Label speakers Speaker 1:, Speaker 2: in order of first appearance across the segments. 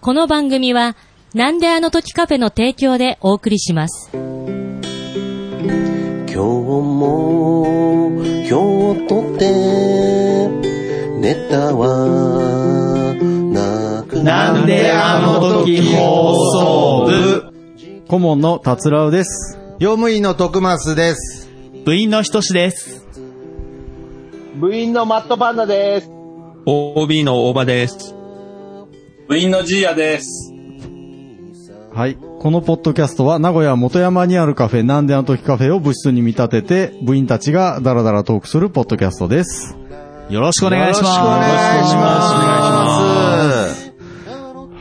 Speaker 1: この番組は、なんであの時カフェの提供でお送りします。
Speaker 2: 今日も今日とてネタはなく
Speaker 3: なんであの時放送部
Speaker 4: 顧問の達郎です。
Speaker 5: 業務員の徳増です。
Speaker 3: 部員のひとしです。
Speaker 6: 部員のマットパンダです。
Speaker 7: OB の大場です。部員のジーヤです。
Speaker 4: はい。このポッドキャストは名古屋元山にあるカフェ、なんであの時カフェを部室に見立てて、部員たちがダラダラトークするポッドキャストです。
Speaker 3: よろしくお願いし
Speaker 5: よろ
Speaker 3: ます。
Speaker 5: しくお願いし
Speaker 3: す。
Speaker 5: ます。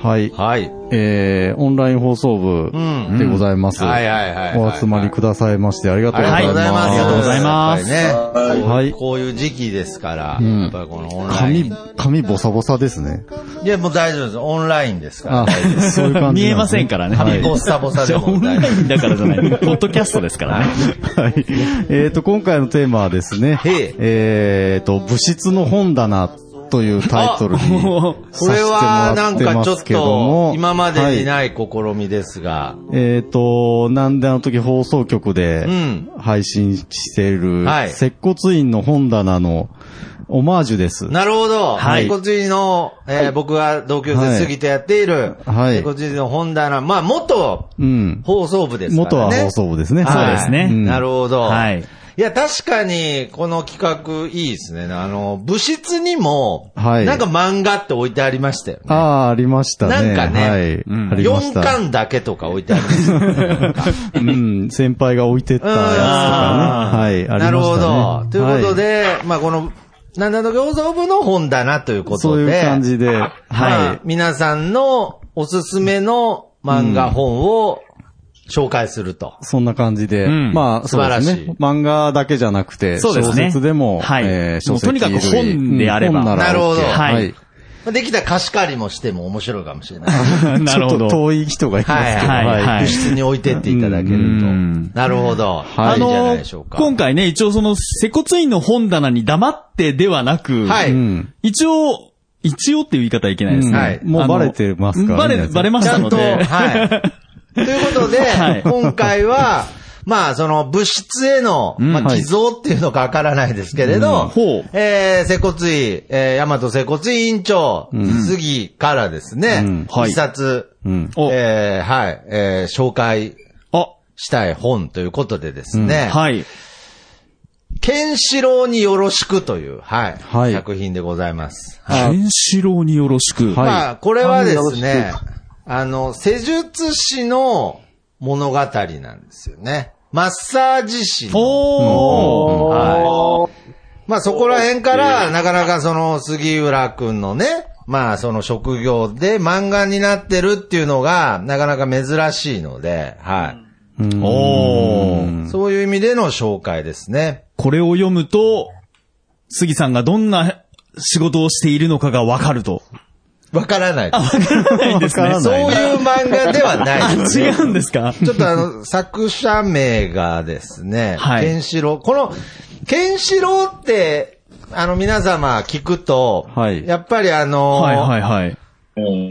Speaker 4: はい。
Speaker 5: はい。
Speaker 4: えー、オンライン放送部
Speaker 5: うん
Speaker 4: でございます。
Speaker 5: はいはいはいはい。
Speaker 4: お集まりくださいましてありがとうございます。
Speaker 3: ありがとうございま
Speaker 5: ありがとうございま
Speaker 3: す
Speaker 5: す。やっぱりね。
Speaker 4: はい
Speaker 5: こういう時期ですから、
Speaker 4: うん
Speaker 5: やっぱりこのオンライン。
Speaker 4: 髪、髪ボサボサですね。
Speaker 5: いや、もう大丈夫です。オンラインですから。
Speaker 4: あ、そういう感じなんですね、
Speaker 3: 見えませんから ね。
Speaker 4: はい
Speaker 5: 髪ボッサボサで
Speaker 3: オ
Speaker 5: も
Speaker 3: ンラ
Speaker 5: 大
Speaker 3: イ
Speaker 5: 丈夫。
Speaker 3: ンだからじゃない。ポッドキャストですからね。
Speaker 4: はい。えっ、と、今回のテーマはですね、
Speaker 5: へえ
Speaker 4: えっ、と、物質の本棚というタイトルに
Speaker 3: も
Speaker 5: これは
Speaker 4: さ
Speaker 5: な
Speaker 4: せ
Speaker 5: ん
Speaker 4: てもら
Speaker 5: か
Speaker 4: ってま
Speaker 5: ちょっ
Speaker 4: すけども
Speaker 5: と、今までに
Speaker 4: は
Speaker 5: ない試みですが、
Speaker 4: い、えっ、と、なんであの時放送局で
Speaker 5: うん。
Speaker 4: 配信している、
Speaker 5: はい
Speaker 4: 接骨院の本棚のオマージュです。
Speaker 5: なるほど。
Speaker 3: はい
Speaker 5: 接骨院の、えー僕が同級生過ぎてやっている、
Speaker 4: はい
Speaker 5: 接骨院の本棚、まあ元
Speaker 4: うん。
Speaker 5: 放送部ですからね。
Speaker 4: 元は放送部ですね。
Speaker 5: はい
Speaker 3: そうですね
Speaker 4: ん
Speaker 5: なるほど。
Speaker 3: はい。
Speaker 5: いや、確かに、この企画いいですね。あの、部室にも、
Speaker 4: はい
Speaker 5: なんか漫画って置いてありましたよね。
Speaker 4: ああ、ありましたね。
Speaker 5: なんかね
Speaker 4: はい。
Speaker 3: ん
Speaker 4: ありまし
Speaker 5: 4
Speaker 4: た。
Speaker 5: 巻だけとか置いてありましたよね。
Speaker 4: うん。先輩が置いてったやつとか
Speaker 3: う
Speaker 4: ね。
Speaker 3: ん
Speaker 4: はい。 ありましたね。
Speaker 5: なるほど。ということ
Speaker 4: は
Speaker 5: で、まあこの、なんだの放送部の本棚ということで。
Speaker 4: そういう感じで、
Speaker 5: ま
Speaker 4: は
Speaker 5: あ皆さんのおすすめの漫画本を紹介すると。
Speaker 4: い。そんな感じで、
Speaker 3: うん
Speaker 4: まあ、そ
Speaker 5: 素
Speaker 4: う
Speaker 5: 晴
Speaker 4: で
Speaker 5: らしい
Speaker 4: すね。漫画だけじゃなくて、
Speaker 3: そうです
Speaker 4: 小
Speaker 3: ね
Speaker 4: 説でも、
Speaker 3: はい
Speaker 4: えー小
Speaker 3: もう
Speaker 4: 説
Speaker 3: とにかく本であれば
Speaker 4: うん本なら OK
Speaker 5: なるほど
Speaker 4: は
Speaker 3: はい
Speaker 4: い。
Speaker 5: できたら貸し借りもしても面白いか もしれない。
Speaker 3: う、 なるほ
Speaker 4: ちょっと
Speaker 3: ど。
Speaker 4: 遠い人がいます
Speaker 5: はい
Speaker 4: けど、
Speaker 5: はい
Speaker 3: はい
Speaker 5: はい。部室に置いてっていただけると
Speaker 3: うん。
Speaker 5: なるほ
Speaker 4: は
Speaker 5: ど。、
Speaker 4: い
Speaker 3: あ
Speaker 5: いんじゃない
Speaker 3: の
Speaker 5: でしょう、か。
Speaker 3: 今回ね、一応その、接骨院の本棚に黙ってではなく、
Speaker 5: は
Speaker 4: う
Speaker 5: い
Speaker 4: ん。
Speaker 3: 一応、一応っていう言い方はいけないですね。
Speaker 5: はい
Speaker 4: うんもうバレてますからね
Speaker 3: あのバレ、バレまし
Speaker 5: ち
Speaker 3: た
Speaker 5: ゃん
Speaker 3: の
Speaker 5: と、
Speaker 3: で。
Speaker 5: はい。ということで、
Speaker 3: はい
Speaker 5: 今回は、まあ、その、物質への、
Speaker 3: うん
Speaker 5: まあ、寄贈っていうのかわからないですけれど、
Speaker 3: うんほう
Speaker 5: えー、接骨院、えー、大和接骨院院長、次からですね、
Speaker 4: うん
Speaker 3: はい
Speaker 5: 一冊、
Speaker 4: うん。
Speaker 3: お
Speaker 5: えー、はい、えー、紹介
Speaker 3: あ、
Speaker 5: したい本ということでですね、
Speaker 3: はい。
Speaker 5: ケンシロウによろしくという、はい、
Speaker 4: はい
Speaker 5: 作品でございます。
Speaker 3: ケンシロウによろしく。
Speaker 5: まあ、これはですね、あの、施術師の物語なんですよね。マッサージ師の。
Speaker 3: おー。
Speaker 5: まあそこら辺から、なかなかその杉浦くんのね、まあその職業で漫画になってるっていうのが、なかなか珍しいので、は
Speaker 4: うん
Speaker 3: おー。
Speaker 5: い。そういう意味での紹介ですね。
Speaker 3: これを読むと、杉さんがどんな仕事をしているのかがわかると。
Speaker 5: わからない。
Speaker 3: ないんですね。
Speaker 5: そういう漫画では ないです。
Speaker 3: 違うんですか
Speaker 5: ちょっとあの、作者名がですね、
Speaker 3: はい
Speaker 5: ケンシロウ。この、ケンシロウって、あの、皆様聞くと、
Speaker 4: はい
Speaker 5: やっぱりあの、
Speaker 3: はいはいはい。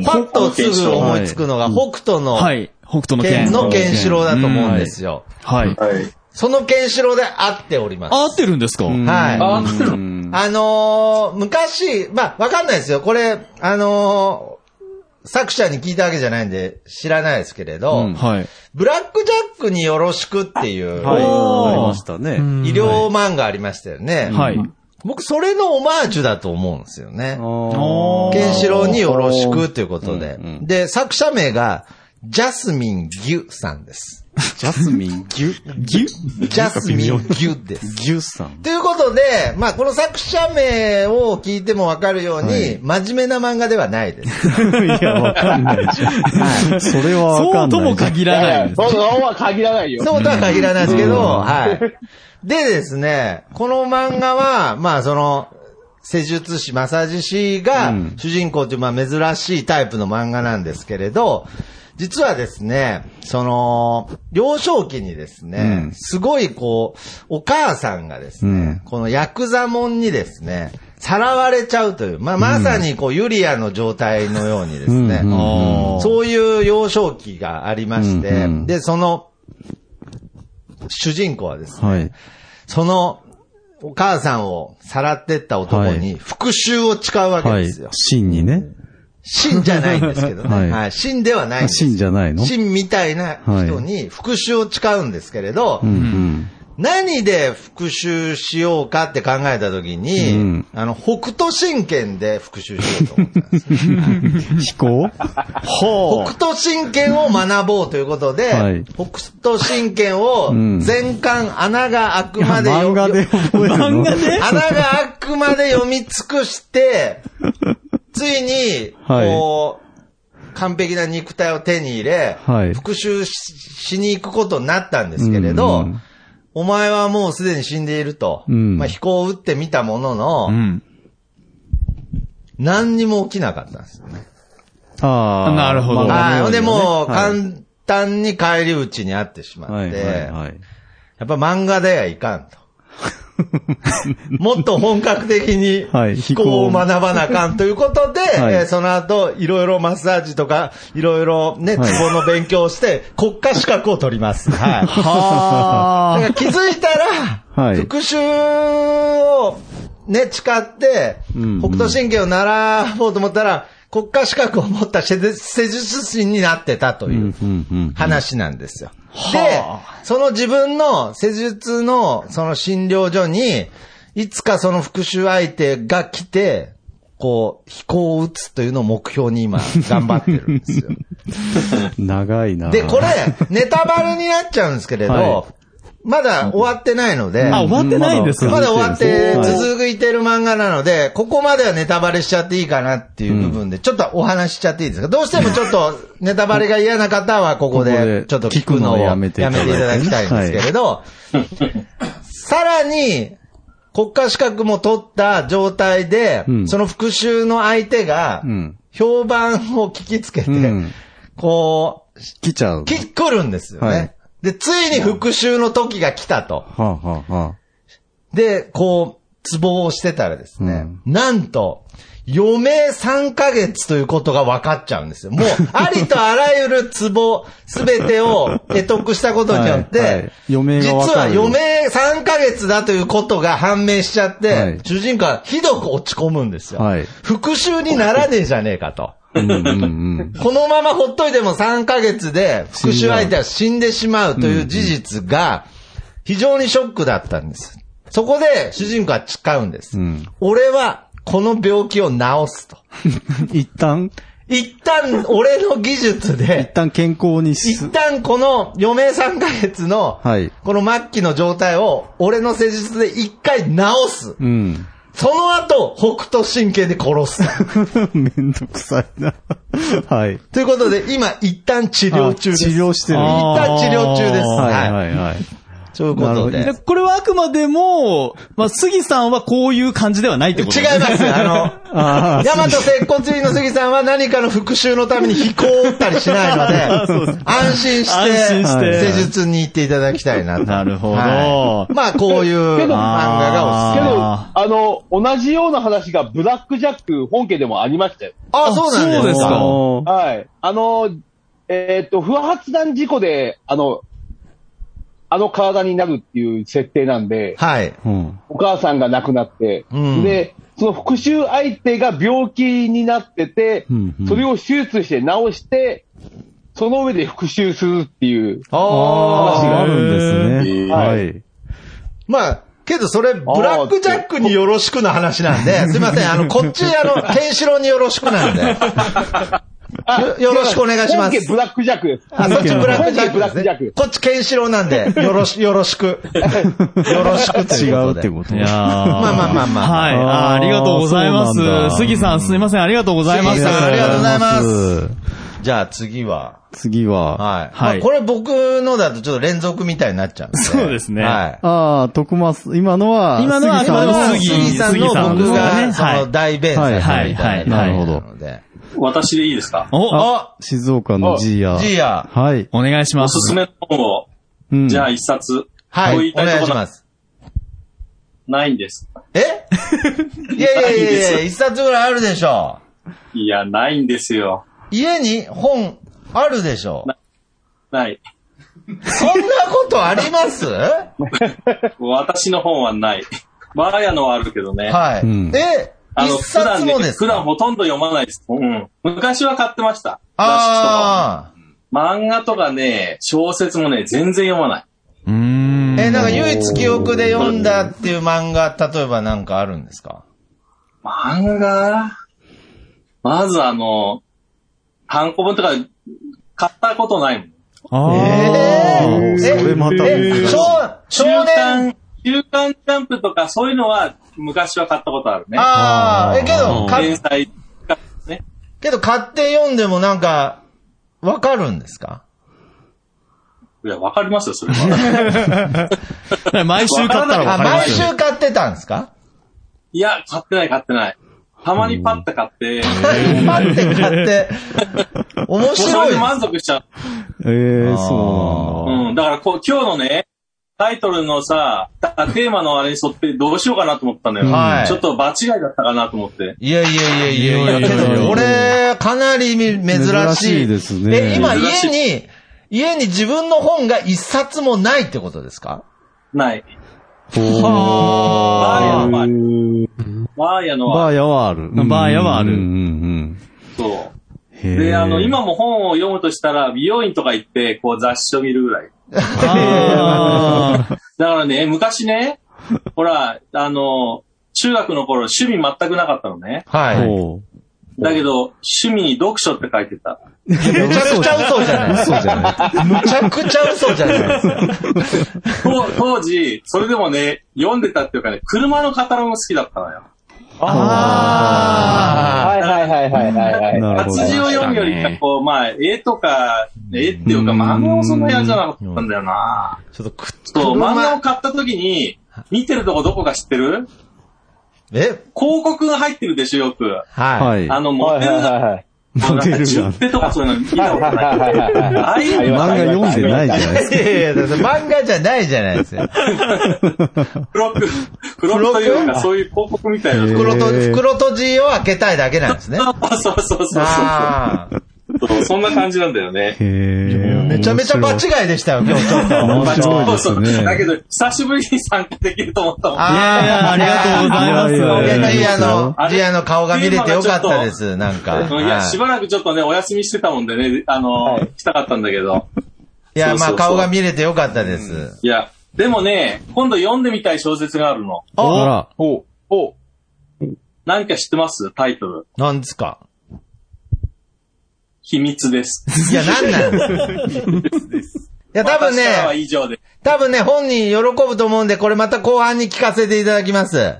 Speaker 5: パッとすぐ思いつくのが、北斗の、
Speaker 3: はい。北斗の
Speaker 5: 剣
Speaker 3: 剣。
Speaker 5: のケンシロウだと思うんですよ。
Speaker 3: はい。
Speaker 5: そのケンシロウで合っております。
Speaker 3: 合ってるんですか
Speaker 4: うん
Speaker 5: はい。
Speaker 4: うん
Speaker 5: あのー昔、まあ、わかんないですよ。これ、あのー作者に聞いたわけじゃないんで、知らないですけれど、
Speaker 4: うん
Speaker 3: はい。
Speaker 5: ブラックジャックによろしくっていう、
Speaker 4: はい。
Speaker 3: おー
Speaker 4: ありましたね。
Speaker 5: 医療漫画ありましたよね。
Speaker 3: はい。
Speaker 5: 僕、それのオマージュだと思うんですよね。
Speaker 4: おー
Speaker 5: ケンシロウによろしくということで。
Speaker 4: うんうん
Speaker 5: で、作者名が、ジャスミン・ギュさんです。
Speaker 4: ジャスミン、ギュ、ギュ
Speaker 5: ジャスミン・ギュです。
Speaker 4: ギュさ ん。
Speaker 5: ということで、まあ、この作者名を聞いてもわかるように、
Speaker 4: はい
Speaker 5: 真面目な漫画ではないです。
Speaker 4: いや、わかんない。それはわ
Speaker 3: そ
Speaker 4: か
Speaker 3: うん
Speaker 4: ない。
Speaker 3: とも限らないです。
Speaker 6: そうは限らないよ。
Speaker 5: そうとは限らないですけど、
Speaker 4: うん
Speaker 5: はい。でですね、この漫画は、まあ、その、施術師、マッサージ師が
Speaker 4: うん
Speaker 5: 主人公という、まあ、珍しいタイプの漫画なんですけれど、実はですね、その、幼少期にですね、
Speaker 4: うん
Speaker 5: すごいこう、お母さんがですね、
Speaker 4: うん
Speaker 5: このヤクザモンにですね、さらわれちゃうという、まあ、まさにこう、ユリアの状態のようにですね、
Speaker 4: うん
Speaker 3: あー
Speaker 5: そういう幼少期がありまして、
Speaker 4: うんうん
Speaker 5: で、その、主人公はですね、
Speaker 4: はい。
Speaker 5: その、お母さんをさらってった男に復讐を誓うわけ
Speaker 4: は
Speaker 5: で
Speaker 4: い
Speaker 5: すよ。。
Speaker 4: 真にね。
Speaker 5: 真じゃないんですけどね。
Speaker 4: は
Speaker 5: はいい、真ではないんです。
Speaker 4: 真じゃないの
Speaker 5: 真みたいな人に復讐を誓うんですけれど、
Speaker 4: うんうん。
Speaker 5: 何で復讐しようかって考えたときに、
Speaker 4: うん
Speaker 5: あの、北斗神拳で復讐しようと思ったんですよ。
Speaker 4: 飛行
Speaker 5: 北斗神拳を学ぼうということで、
Speaker 4: はい
Speaker 5: 北斗神拳を
Speaker 4: うん
Speaker 5: 全巻穴が開くまで
Speaker 4: 漫画で覚えるの
Speaker 3: 漫 画で
Speaker 5: 穴があくまで読み尽く して、ついに、
Speaker 4: はい
Speaker 5: こう、完璧な肉体を手に入れ、
Speaker 4: はい
Speaker 5: 復讐ししに行くことになったんですけれ
Speaker 4: う
Speaker 5: ど
Speaker 4: ん、
Speaker 5: お前はもうすでに死んでいると。
Speaker 4: うん
Speaker 5: まあ飛行を撃ってみたもの
Speaker 3: う
Speaker 5: の、
Speaker 3: ん。
Speaker 5: 何にも起きなかったんですよね。
Speaker 4: ああ。
Speaker 3: なるほど
Speaker 4: 漫画
Speaker 5: はい。ほんでもう、
Speaker 4: のよにね
Speaker 5: 簡単に返り討ちにあってしま
Speaker 4: は
Speaker 5: っ
Speaker 4: い
Speaker 5: て、
Speaker 4: はいはい。
Speaker 5: やっぱ漫画ではいか んと。もっと本格的に
Speaker 4: はい
Speaker 5: 飛行を学ばなあかんということで、
Speaker 4: はい
Speaker 5: えーその後、いろいろマッサージとか、いろいろね、ツ
Speaker 4: はい
Speaker 5: ボの勉強をして、国家資格を取 ります。はい。だから気づいたら、
Speaker 4: はい
Speaker 5: 復讐をね、誓って、
Speaker 4: うんうん
Speaker 5: 北斗神拳を習おうと思ったら、国家資格を持った施術施術師になってたと
Speaker 4: う
Speaker 5: いうん
Speaker 4: うんうん。
Speaker 5: 話なんですよ。で、その自分の施術のその診療所に、いつかその復讐相手が来て、こう、飛行を打つというのを目標に今、頑張ってるんですよ。
Speaker 4: 長いな。
Speaker 5: で、これ、ネタバレになっちゃうんですけれど、
Speaker 4: は
Speaker 5: まだ終わってないので、
Speaker 3: あ、終わってないんです
Speaker 5: ま
Speaker 3: か
Speaker 5: だ終わっ
Speaker 4: 続いてる
Speaker 5: て
Speaker 4: んですね
Speaker 5: 続いてる漫画なので、ここまではネタバレしちゃっていいかなっていう部分で、ちょっとお話ししちゃっていいですかどうしてもちょっと ネタバレが嫌な方はここ
Speaker 4: ここで
Speaker 5: でちょっと聞くの
Speaker 4: 聞くの
Speaker 5: を
Speaker 4: をや
Speaker 5: や
Speaker 4: め
Speaker 5: め
Speaker 4: て
Speaker 5: て
Speaker 4: い
Speaker 5: い
Speaker 4: た
Speaker 5: た
Speaker 4: だいてね
Speaker 5: だきたいんですけれど、さらに国家資格も取った状態で
Speaker 4: う、ん
Speaker 5: その復讐の相手が
Speaker 4: うん、
Speaker 5: 評判を聞きつけて
Speaker 4: うん、
Speaker 5: こう、
Speaker 4: 来ちゃう。
Speaker 5: き、来るんですよね。
Speaker 4: はい
Speaker 5: で、ついに復讐の時が来たと。
Speaker 4: はあはあは
Speaker 5: で、こう、ツボをしてたらですね、なんと、余命3ヶ月ということが分かっちゃうんですよ。 もう、ありとあらゆるツボ、すべてを得得したことに
Speaker 4: はい
Speaker 5: よっ
Speaker 4: はい
Speaker 5: て、
Speaker 4: 余命が
Speaker 5: 実
Speaker 4: 分か
Speaker 5: は
Speaker 4: る
Speaker 5: 余命3ヶ月だということが判明しちゃって、
Speaker 4: はい
Speaker 5: 主人公はひどく落ち込むんですよ。
Speaker 4: はい
Speaker 5: 復讐にならねえじゃねえかと。
Speaker 4: あ。うんうんうん。
Speaker 5: このままほっといても3ヶ月で復讐相手は死んでしまうという事実が非常にショックだったんです。そこで主人公は誓うんです。
Speaker 4: うん
Speaker 5: 俺はこの病気を治すと。
Speaker 4: 一旦、
Speaker 5: 一旦俺の技術
Speaker 4: 一
Speaker 5: で、
Speaker 4: 旦健康にし
Speaker 5: 一、旦この余命3ヶ月の
Speaker 4: はい
Speaker 5: この末期の状態を俺の施術で一回治す。
Speaker 4: うん。
Speaker 5: その後北斗神経で 殺す。
Speaker 4: めんどくさいな。はい。
Speaker 5: ということで今一旦治療中です。
Speaker 4: あ治療してる
Speaker 5: 一旦治療中です。
Speaker 4: はいはいはい。
Speaker 5: ということで
Speaker 3: で。これはあくまでも、まあ、杉さんはこういう感じではないってこと
Speaker 5: 違います。あの、ヤマト接骨院の杉さんは何かの復讐のために飛行を打ったりしないの
Speaker 3: そうで
Speaker 5: で、安心して、
Speaker 3: 安心して
Speaker 5: 施術に行っていただきたいなと。
Speaker 3: なるほど
Speaker 5: はいまあ、こういう漫画がお
Speaker 6: け
Speaker 5: すすめ。
Speaker 6: ど、
Speaker 3: あ
Speaker 6: あの、同じような話がブラックジャック本家でもありましたよ。
Speaker 5: あ、そうなんです
Speaker 3: あ
Speaker 5: か。
Speaker 4: おー
Speaker 6: はい。あの、えーっと、不発弾事故で、あの、あの体になるっていう設定なんで、
Speaker 5: はい。
Speaker 4: うん。
Speaker 6: お母さんが亡くなって、
Speaker 5: うん
Speaker 6: で、その復讐相手が病気になってて、
Speaker 4: うんうん
Speaker 6: それを手術して治して、その上で復讐するっていう。
Speaker 5: あ
Speaker 4: あ
Speaker 5: あ。
Speaker 4: あるんですね。
Speaker 6: は
Speaker 4: はいい。
Speaker 5: まあ、けどそれ、ブラックジャックによろしくな話なんで、すいません、あの、こっち、あの、ケンシロウによろしくなんで。
Speaker 6: あ
Speaker 5: よよろしくお願いします
Speaker 6: 本家ブラックジャックです。
Speaker 5: あ、そっちブラックジャッ
Speaker 6: 本家
Speaker 5: ク
Speaker 6: ブラッ
Speaker 5: です
Speaker 6: クジャック
Speaker 5: ね。。こっちケンシロウなんで、よろし、よろしく。よろしくと
Speaker 4: 違
Speaker 5: いうこ
Speaker 4: っ
Speaker 5: と
Speaker 4: て
Speaker 5: で。
Speaker 4: こと
Speaker 3: い
Speaker 5: ま
Speaker 3: やー
Speaker 5: あまあまあまあ
Speaker 3: はい。あーありがとうございま
Speaker 4: そうなんだ
Speaker 3: す。杉さん、すいません。ありがとうございま
Speaker 5: 杉
Speaker 3: す。
Speaker 5: さんありがとうございます
Speaker 4: す。
Speaker 5: じゃあ次は。
Speaker 4: 次は、
Speaker 5: はい。
Speaker 3: はい
Speaker 5: まあこれ僕のだとちょっと連続みたいになっちゃうんで。
Speaker 3: そうですね
Speaker 5: はい。
Speaker 4: ああ、徳松、今のは、
Speaker 3: 今のは
Speaker 4: 杉さ
Speaker 5: 今
Speaker 4: ん
Speaker 5: の
Speaker 3: 今
Speaker 5: は杉
Speaker 3: 杉
Speaker 5: さんの
Speaker 3: 杉さん
Speaker 5: 僕
Speaker 3: ですね
Speaker 5: が、そ
Speaker 3: はい
Speaker 5: の大弁才さんみたいな。
Speaker 3: はいはい
Speaker 4: はい
Speaker 5: なので。
Speaker 7: 私でいいですか
Speaker 3: お、お
Speaker 5: あ
Speaker 4: 静岡のジーヤ。
Speaker 5: ジーヤ。
Speaker 4: はい。
Speaker 3: お願いしま
Speaker 7: お
Speaker 3: す。
Speaker 7: すすめの本を、
Speaker 4: うん
Speaker 7: じゃあ一冊。
Speaker 5: は
Speaker 7: こうい。
Speaker 5: い
Speaker 7: っ
Speaker 5: お
Speaker 7: た
Speaker 5: 願い
Speaker 7: と
Speaker 5: し
Speaker 7: こ
Speaker 5: ま
Speaker 7: ろ
Speaker 5: す。
Speaker 7: ないんです。
Speaker 5: えいやいやいやいや、一冊ぐらいあるでしょ。
Speaker 8: いや、ないんですよ。
Speaker 5: 家に本あるでしょ。
Speaker 8: ない。
Speaker 5: そんなことあり ますは
Speaker 8: 私の本はない。バーヤのはあるけどね。
Speaker 5: い。
Speaker 4: うん
Speaker 5: え、
Speaker 8: あの、
Speaker 5: 一
Speaker 8: 普段
Speaker 5: 冊
Speaker 8: ね
Speaker 5: もです
Speaker 8: 普段
Speaker 5: か
Speaker 8: ほとんど読まないです。うん。昔は買ってました。
Speaker 5: ああ。
Speaker 8: 雑誌とかは漫画とかね、小説もね、全然読まない。
Speaker 3: うーん。
Speaker 5: え、なんか唯一記憶で読んだっていう漫画、例えばなんかあるんですか
Speaker 8: 漫画まずあの、単行本とか買ったことないもん。
Speaker 3: あ
Speaker 5: え
Speaker 3: ー
Speaker 5: え
Speaker 4: それまた
Speaker 5: え、少少
Speaker 8: 週
Speaker 5: 年
Speaker 8: 刊、週刊ジャンプとかそういうのは昔は買ったことあるね。
Speaker 5: ああ、え、けど、か
Speaker 8: 連載がね。
Speaker 5: けど買って読んでもなんか、わかるんですか
Speaker 8: いや、わかりますよ、そ れは。
Speaker 3: 毎週買ったらわ
Speaker 5: あ、
Speaker 3: かりま
Speaker 5: 毎
Speaker 3: すよ。
Speaker 5: 週買ってたんですか
Speaker 8: いや、買ってない、買ってない。たまにパッと買って、
Speaker 5: 買って買って。面
Speaker 8: そ
Speaker 5: 白
Speaker 8: れ
Speaker 5: い
Speaker 8: で。満足しちゃう。
Speaker 4: えー、そうなんだ。
Speaker 8: うん、だからこう、今日のね、タイトルのさ、たテーマのあれに沿ってどうしようかなと思ったのよ。
Speaker 5: はい
Speaker 8: ちょっと場違いだったかなと思って。
Speaker 5: いやいやいやいやいや、
Speaker 4: いやいやいや
Speaker 5: けどこれ、かなり珍
Speaker 4: 珍
Speaker 5: し
Speaker 4: し
Speaker 5: い。
Speaker 4: いですね
Speaker 5: え、今
Speaker 8: 珍し
Speaker 5: 家に、家に自分の本が一冊もないってことですか
Speaker 8: ない。バー
Speaker 4: は
Speaker 8: ヤのはある。バーヤの
Speaker 4: バ
Speaker 8: は、
Speaker 4: ーヤはある。
Speaker 3: バーヤはあ
Speaker 4: う
Speaker 3: る
Speaker 4: んうん
Speaker 8: そ
Speaker 4: うん
Speaker 8: う。で、あの、、今も本を読むとしたら、美容院とか行って、こう雑誌を見るぐらい。
Speaker 3: あー
Speaker 8: だからね、昔ね、ほら、あの、中学の頃、趣味全くなかったのね。
Speaker 5: はい。
Speaker 4: ほ
Speaker 8: だけど、趣味に読書って書いてた。
Speaker 5: めちゃくちゃ嘘じゃない嘘じゃない。むちゃくちゃ嘘じゃないですか。
Speaker 8: 当当時、それでもね、読んでたっていうかね、車のカタログ好きだったのよ。
Speaker 5: あ
Speaker 6: はいはいはいはいはいはい。
Speaker 4: なるほど
Speaker 8: 活字を読むよりか、こう、まあ、絵とか、絵っていうか、漫画もそんなにあれじゃなかったんだよな。
Speaker 5: ーちょっとくっつ
Speaker 8: そう、漫画を買った時に、見てるとこどこか知ってる
Speaker 5: え
Speaker 8: 広告が入ってるでしょ、よく。
Speaker 4: う。
Speaker 5: は。
Speaker 4: はいい。
Speaker 8: あの、モ
Speaker 6: はい
Speaker 8: デ
Speaker 6: は
Speaker 8: ル
Speaker 6: いはいはい。
Speaker 8: の、なん
Speaker 4: モデル
Speaker 8: か、
Speaker 4: が
Speaker 8: 十手とかそういうの見たことない。
Speaker 6: はいはいはいはい
Speaker 8: ああいう
Speaker 4: 漫
Speaker 8: の
Speaker 4: 画読んでないじゃないです
Speaker 5: いやいや、だって漫画じゃないじゃないですか。
Speaker 8: 黒く、黒くというか、そういう広告みたいな。
Speaker 5: 袋と、袋とじを開けたいだけなんですね。
Speaker 8: そうそうそうそう
Speaker 5: ああ。
Speaker 8: そう。そんな感じなんだよね。
Speaker 4: へー
Speaker 5: めちゃめちゃ場違いでしたよ、今日ちょっと。
Speaker 4: 面白いです
Speaker 8: そうそうだけ
Speaker 4: ね。
Speaker 8: ど、久しぶりに参加できると思ったもん。
Speaker 3: いやいやありがとうございます
Speaker 5: いや
Speaker 4: いやい
Speaker 5: ジ
Speaker 4: や
Speaker 5: アの
Speaker 8: あ、れ
Speaker 5: ジアの顔が見れてよかったです、なんか。
Speaker 8: うんいや、
Speaker 5: はい
Speaker 8: しばらくちょっとね、お休みしてたもんでね、あの、来たかったんだけど。
Speaker 5: いや、ま
Speaker 8: そうそうそ
Speaker 5: あ顔
Speaker 8: う
Speaker 5: が見れてよかったです。
Speaker 8: いや、でもね、今度読んでみたい小説があるの。
Speaker 4: ほら、
Speaker 6: おお
Speaker 8: 何か知ってますタイトル。
Speaker 5: なんですか
Speaker 8: 秘密です。
Speaker 5: いや、なんなんですかいや、 多分
Speaker 8: 私からは
Speaker 5: ね、
Speaker 8: 以上で。
Speaker 5: 多分ね、本人喜ぶと思うんで、これまた後半に聞かせていただきます。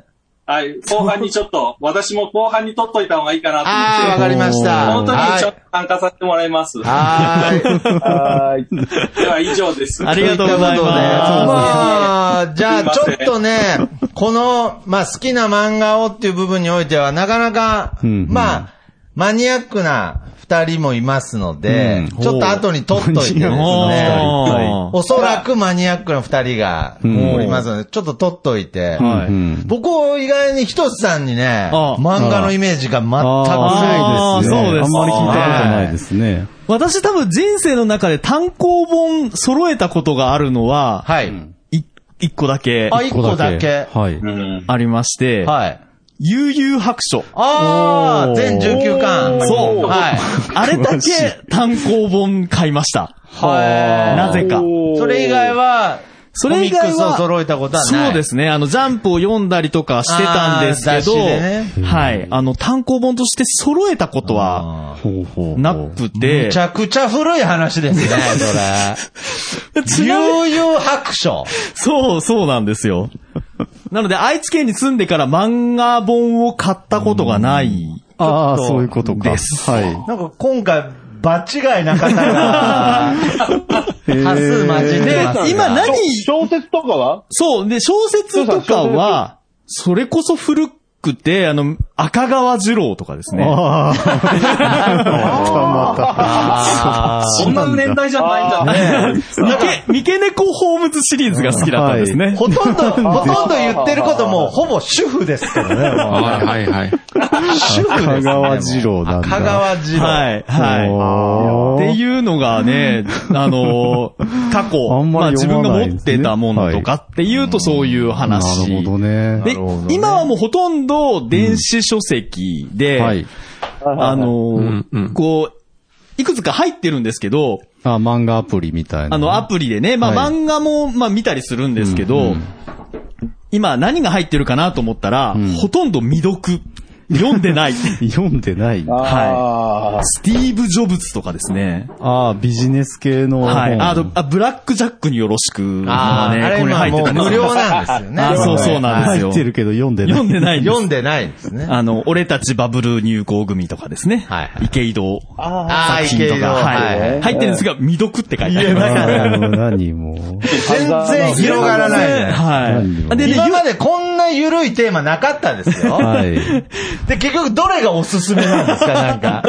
Speaker 8: はい、後半にちょっと、私も後半に取っといた方がいいかなと
Speaker 5: ああ、わ
Speaker 8: 思って。
Speaker 5: かりました。
Speaker 8: 本当にちょっ
Speaker 5: は
Speaker 8: と参加させてもらいます。
Speaker 5: い。はーい。
Speaker 6: はーい。
Speaker 8: では以上です。
Speaker 3: ありがとうございます
Speaker 5: ということでまあ、じゃあ
Speaker 8: すいま
Speaker 5: ちょ
Speaker 8: せ
Speaker 5: っ
Speaker 8: ん
Speaker 5: とね、この、まあ好きな漫画をっていう部分においては、なかなか、
Speaker 4: うん
Speaker 5: まあ、マニアックな二人もいますので、
Speaker 4: うん
Speaker 5: ちょっと後に取っといてです
Speaker 4: マニ
Speaker 5: ね、
Speaker 3: おー
Speaker 5: おそらくマニアックな二人が
Speaker 4: うん
Speaker 5: おりますので、ちょっと取っといて、
Speaker 3: はい
Speaker 4: うん
Speaker 5: 僕意外にひとつさんにね、
Speaker 3: あ
Speaker 5: 漫画のイメージが全くな
Speaker 3: あ
Speaker 5: い
Speaker 3: ー
Speaker 5: です
Speaker 3: そうですね
Speaker 4: あんまり聞いたこと
Speaker 5: はい
Speaker 4: ないですね。
Speaker 3: 私多分人生の中で単行本揃えたことがあるのは、
Speaker 5: はい。
Speaker 3: い一個だけ
Speaker 5: あ、一個だけ。
Speaker 4: はい。
Speaker 8: うん。
Speaker 3: ありまして、
Speaker 5: はい。
Speaker 3: 悠々白書。
Speaker 5: ああ、
Speaker 4: おー
Speaker 5: 全19巻。
Speaker 3: そう
Speaker 5: はい。
Speaker 3: あれだけ単行本買いました。
Speaker 5: はい。
Speaker 3: なぜか。
Speaker 5: それ以外は、
Speaker 3: それ以
Speaker 5: コミッ
Speaker 3: 外
Speaker 5: クスを
Speaker 3: は、
Speaker 5: 揃えたことはない。
Speaker 3: そうですね。あの、ジャンプを読んだりとかしてたんですけど、
Speaker 5: あー雑誌で
Speaker 3: はい。あの、単行本として揃えたことは
Speaker 5: あ
Speaker 4: ほうほう
Speaker 3: なく
Speaker 5: ー。
Speaker 3: て
Speaker 5: めち、ゃくちゃ古い話ですね、 それ。
Speaker 3: ちなみに
Speaker 5: 悠々白書。
Speaker 3: そう、そうなんで すよ。なので、愛知県に住んでから漫画本を買ったことがない。
Speaker 4: ああ、
Speaker 3: ちょっ
Speaker 4: そういうことか。
Speaker 3: です
Speaker 4: はい。
Speaker 5: なんか今回、場違いな方 が、多数混じってますが。
Speaker 3: で今何
Speaker 6: 小説とかは
Speaker 3: そう。で、小説とかは、それこそ古くて、あの、赤川次郎とかですね。
Speaker 4: ああ、またまた。
Speaker 3: あー
Speaker 7: そんな年代じゃないんだね。
Speaker 3: 三毛、三毛猫ホームズシリーズが好きだったんですね。
Speaker 5: ほとんど、ほとんど言ってることも、ほぼ主婦ですけどね。も
Speaker 8: はいはいはい。
Speaker 5: う主婦です、ね。
Speaker 4: 香川二郎なんだ
Speaker 5: 香川二郎。
Speaker 3: はい、は
Speaker 4: お
Speaker 3: い。
Speaker 4: ー
Speaker 3: っていうのがね、あのー、過去、
Speaker 4: あん
Speaker 3: ま
Speaker 4: ま
Speaker 3: あ
Speaker 4: り
Speaker 3: 自
Speaker 4: 読
Speaker 3: 分
Speaker 4: ま
Speaker 3: が
Speaker 4: ない
Speaker 3: 持
Speaker 4: で
Speaker 3: っ
Speaker 4: すね
Speaker 3: てたものとかっていうとそういう話。
Speaker 4: なるほどね。
Speaker 3: で、今はもうほとんど電子書籍で、
Speaker 4: はい。
Speaker 3: あのー
Speaker 8: うんうん
Speaker 3: こう、いくつか入ってるんですけど、
Speaker 4: あ、漫画アプリみたいな。
Speaker 3: あの、アプリでね、まあ、
Speaker 4: はい
Speaker 3: 漫画も、まあ、見たりするんですけど、
Speaker 4: うんうん
Speaker 3: 今何が入ってるかなと思ったら、
Speaker 4: うん
Speaker 3: ほとんど未読。読んでない。ス
Speaker 4: 読んでない。
Speaker 6: あ
Speaker 3: ティーブ・ジョブズとかですね。
Speaker 4: ああ、ビジネス系の本。
Speaker 3: はい。あの、あブラック・ジャックによろしく。
Speaker 5: あーあれ
Speaker 3: これ
Speaker 5: 今
Speaker 3: 入っ
Speaker 5: も
Speaker 3: て
Speaker 5: う
Speaker 3: た
Speaker 5: 無料なんですよね。
Speaker 3: あーそうそうなんですよ
Speaker 4: 入ってるけど読んでない。
Speaker 3: 読んでないんです
Speaker 5: 読んでないんですね。
Speaker 3: あの、俺たちバブル入校組とかですね。
Speaker 5: はいはい
Speaker 3: 池井戸
Speaker 5: ああ、
Speaker 3: 作
Speaker 5: い
Speaker 3: 品
Speaker 5: け
Speaker 3: と
Speaker 5: る
Speaker 3: か。
Speaker 5: よ。
Speaker 3: は。
Speaker 5: はいいはい。
Speaker 3: 入ってるんですが、未読って書いてあります。
Speaker 4: あの、何も う。
Speaker 5: 全然広がらないじゃない。
Speaker 3: はい。でね、
Speaker 5: 今までこんな緩いテーマなかったですよ。
Speaker 4: はい。
Speaker 5: で、結局どれがおすすめなんですかなん か。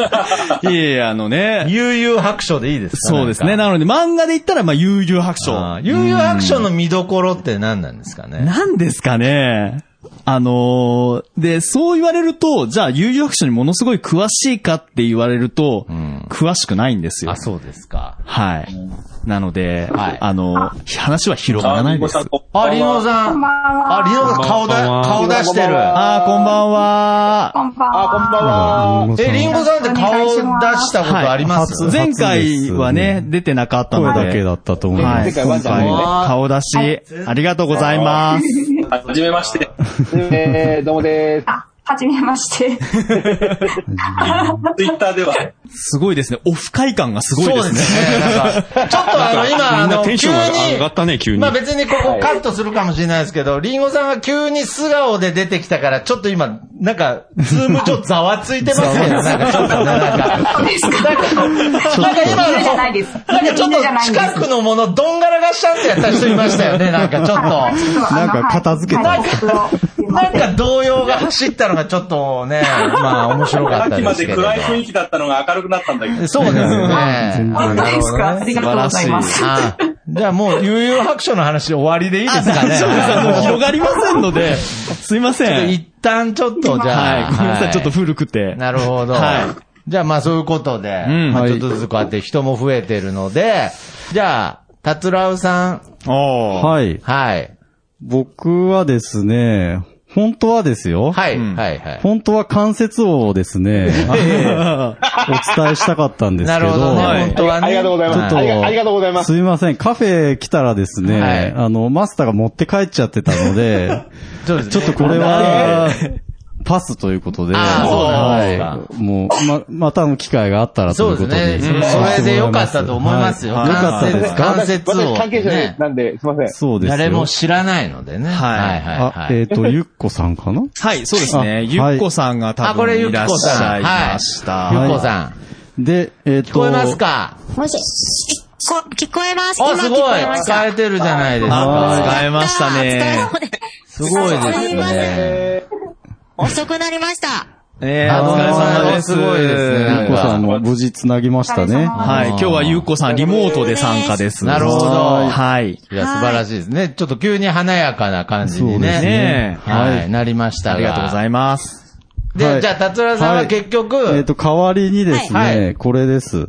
Speaker 3: いやいや、あのね、
Speaker 5: 悠々白書でいいですか
Speaker 3: そうですね。。なので、漫画で言ったら、まあ、悠々白
Speaker 5: なんかあ
Speaker 3: 書
Speaker 5: ー。悠々白書の見どころって何なんですかね。
Speaker 3: なんですかね。あのーで、そう言われると、じゃあ、悠々白書にものすごい詳しいかって言われると、
Speaker 5: ん
Speaker 3: 詳しくないんですよ
Speaker 5: あ、。そうですか。
Speaker 3: はい。なので、
Speaker 5: はい
Speaker 3: あの、話は広がらないです。
Speaker 5: あ、リノ
Speaker 7: ん。
Speaker 5: さん。あ、リノさん顔だ、顔出してる。
Speaker 3: あー、こんばんは。
Speaker 6: あ、あこんばんは。
Speaker 5: え、リンゴさんって顔出したことあります
Speaker 4: はい
Speaker 3: 前回は
Speaker 4: 初
Speaker 3: ね
Speaker 4: です、
Speaker 3: 出てなかったの
Speaker 4: 声
Speaker 3: で。
Speaker 4: だけだったと思いま
Speaker 3: は
Speaker 4: す。
Speaker 3: い。
Speaker 6: 前回
Speaker 3: 今
Speaker 6: ワンちゃん
Speaker 3: 回、
Speaker 6: ね
Speaker 3: 顔出し、ありがとうございます。
Speaker 7: はじめまして。
Speaker 6: えー、どうも です。
Speaker 9: あ、はじめまして。
Speaker 7: ツイッターでは。
Speaker 3: すごいですね。オフ会感がすごいですね。
Speaker 5: ね。なんかちょっとあの、今、
Speaker 8: み
Speaker 5: あ
Speaker 8: んな
Speaker 5: の、
Speaker 8: テンシ
Speaker 5: 急に
Speaker 8: ョン、が上がったね、急に。
Speaker 5: まあ別にここカットするかもしれないですけど、リンゴさんが急に素顔で出てきたから、ちょっと今、なんか、ズーム上ざわついてますけど、なんかちょっとね、なんか、
Speaker 9: そうですか。
Speaker 5: なんか今
Speaker 9: みんなじゃ
Speaker 5: の、
Speaker 9: ないです
Speaker 5: なんかちょっと近くのもの、どんがらがしちゃってやった人いましたよね、なんかちょっと。
Speaker 4: なんか片付けた
Speaker 5: なんか動揺が走ったのがちょっとね、まあ面白か
Speaker 7: さ
Speaker 5: っ
Speaker 7: ったき
Speaker 5: で
Speaker 7: ますで
Speaker 5: けど。
Speaker 7: 暗い雰囲気だったのが明るくなったんだけど。
Speaker 5: そうです よね。
Speaker 9: 本当ですかありがとうございます。
Speaker 5: あじゃあもう、悠々白書の話終わりでいいですかね。
Speaker 3: 大丈夫です。もう広がりませんので、すいません。はい。
Speaker 5: 一旦ちょっとじゃあ。
Speaker 3: ごめんなさい。ちょっと
Speaker 5: は
Speaker 3: 古くて
Speaker 5: い。なるほど。
Speaker 3: は
Speaker 5: じゃあまあそういうことで、
Speaker 3: ん
Speaker 5: まあ
Speaker 4: はい
Speaker 5: ちょっとずつこうやって人も増えてるので、じゃあ、達郎さん、
Speaker 3: おー。
Speaker 4: はい。
Speaker 5: はい。
Speaker 4: 僕はですね、本当はですよ。
Speaker 5: はい、
Speaker 3: うん
Speaker 5: はい、はい。
Speaker 4: 本当は関節王をですね、 お伝えしたかったんですけ
Speaker 5: な
Speaker 4: ど、
Speaker 5: るほどね、
Speaker 3: はい
Speaker 5: 本当はね。
Speaker 6: ありがとうございます。
Speaker 4: ちょっ
Speaker 6: あり
Speaker 4: と
Speaker 6: がありがとうございます。
Speaker 4: すいません、カフェ来たらですね、
Speaker 5: はい
Speaker 4: あの、マスターが持って帰っちゃってたの で、
Speaker 5: そうです
Speaker 4: ちょっとこれは、パスということで、
Speaker 5: あーそうなん
Speaker 4: はい。もう、ま、またの機会があったらと
Speaker 5: そ
Speaker 4: いうう
Speaker 5: で
Speaker 4: こ
Speaker 5: す
Speaker 4: とで。
Speaker 5: ね。それで良かったと思いますよ。
Speaker 4: は良かったですか
Speaker 5: 関節
Speaker 6: 私
Speaker 5: を。
Speaker 6: 私関係者
Speaker 5: ね
Speaker 6: なんで、すいません。
Speaker 4: そうですよ
Speaker 5: 誰も知らないのでね。
Speaker 3: はい
Speaker 5: はい、
Speaker 4: あ、
Speaker 5: はい。
Speaker 4: えっ と、ゆっこさんかな
Speaker 3: はい、そうです
Speaker 4: あ
Speaker 3: ね。ゆっこさんが多
Speaker 5: あこれ
Speaker 3: 分
Speaker 5: ゆっ
Speaker 3: いらっ
Speaker 5: こさん
Speaker 3: しゃいました。
Speaker 4: はい
Speaker 5: ゆっこさん。
Speaker 4: で、えっと、
Speaker 5: 聞こえますか
Speaker 10: もし、こ、聞こえます。
Speaker 5: あ、すごい
Speaker 10: 今聞こえました
Speaker 5: 使えてるじゃないです
Speaker 3: あ
Speaker 5: か。
Speaker 3: 使えましたね。
Speaker 5: すごいですね。
Speaker 10: 遅くなりました。
Speaker 3: えー、
Speaker 5: あ
Speaker 3: お疲れ様です。
Speaker 5: すごいですね
Speaker 4: ゆっこさんも無事つなぎましたね。
Speaker 3: はい、今日はゆうこさんリモートで参加です。
Speaker 5: なるほど
Speaker 3: はい。
Speaker 5: いや、素晴らしいですね。ちょっと急に華やかな感じに
Speaker 4: そうです
Speaker 5: ね
Speaker 3: ね。
Speaker 5: はい
Speaker 4: は
Speaker 5: はい、なりましたが。
Speaker 3: ありがとうございます。
Speaker 4: は
Speaker 5: で、
Speaker 4: い
Speaker 5: じゃあ、達郎さんは結局、
Speaker 4: えっと、代わりにです
Speaker 5: はいは
Speaker 4: ね、これです。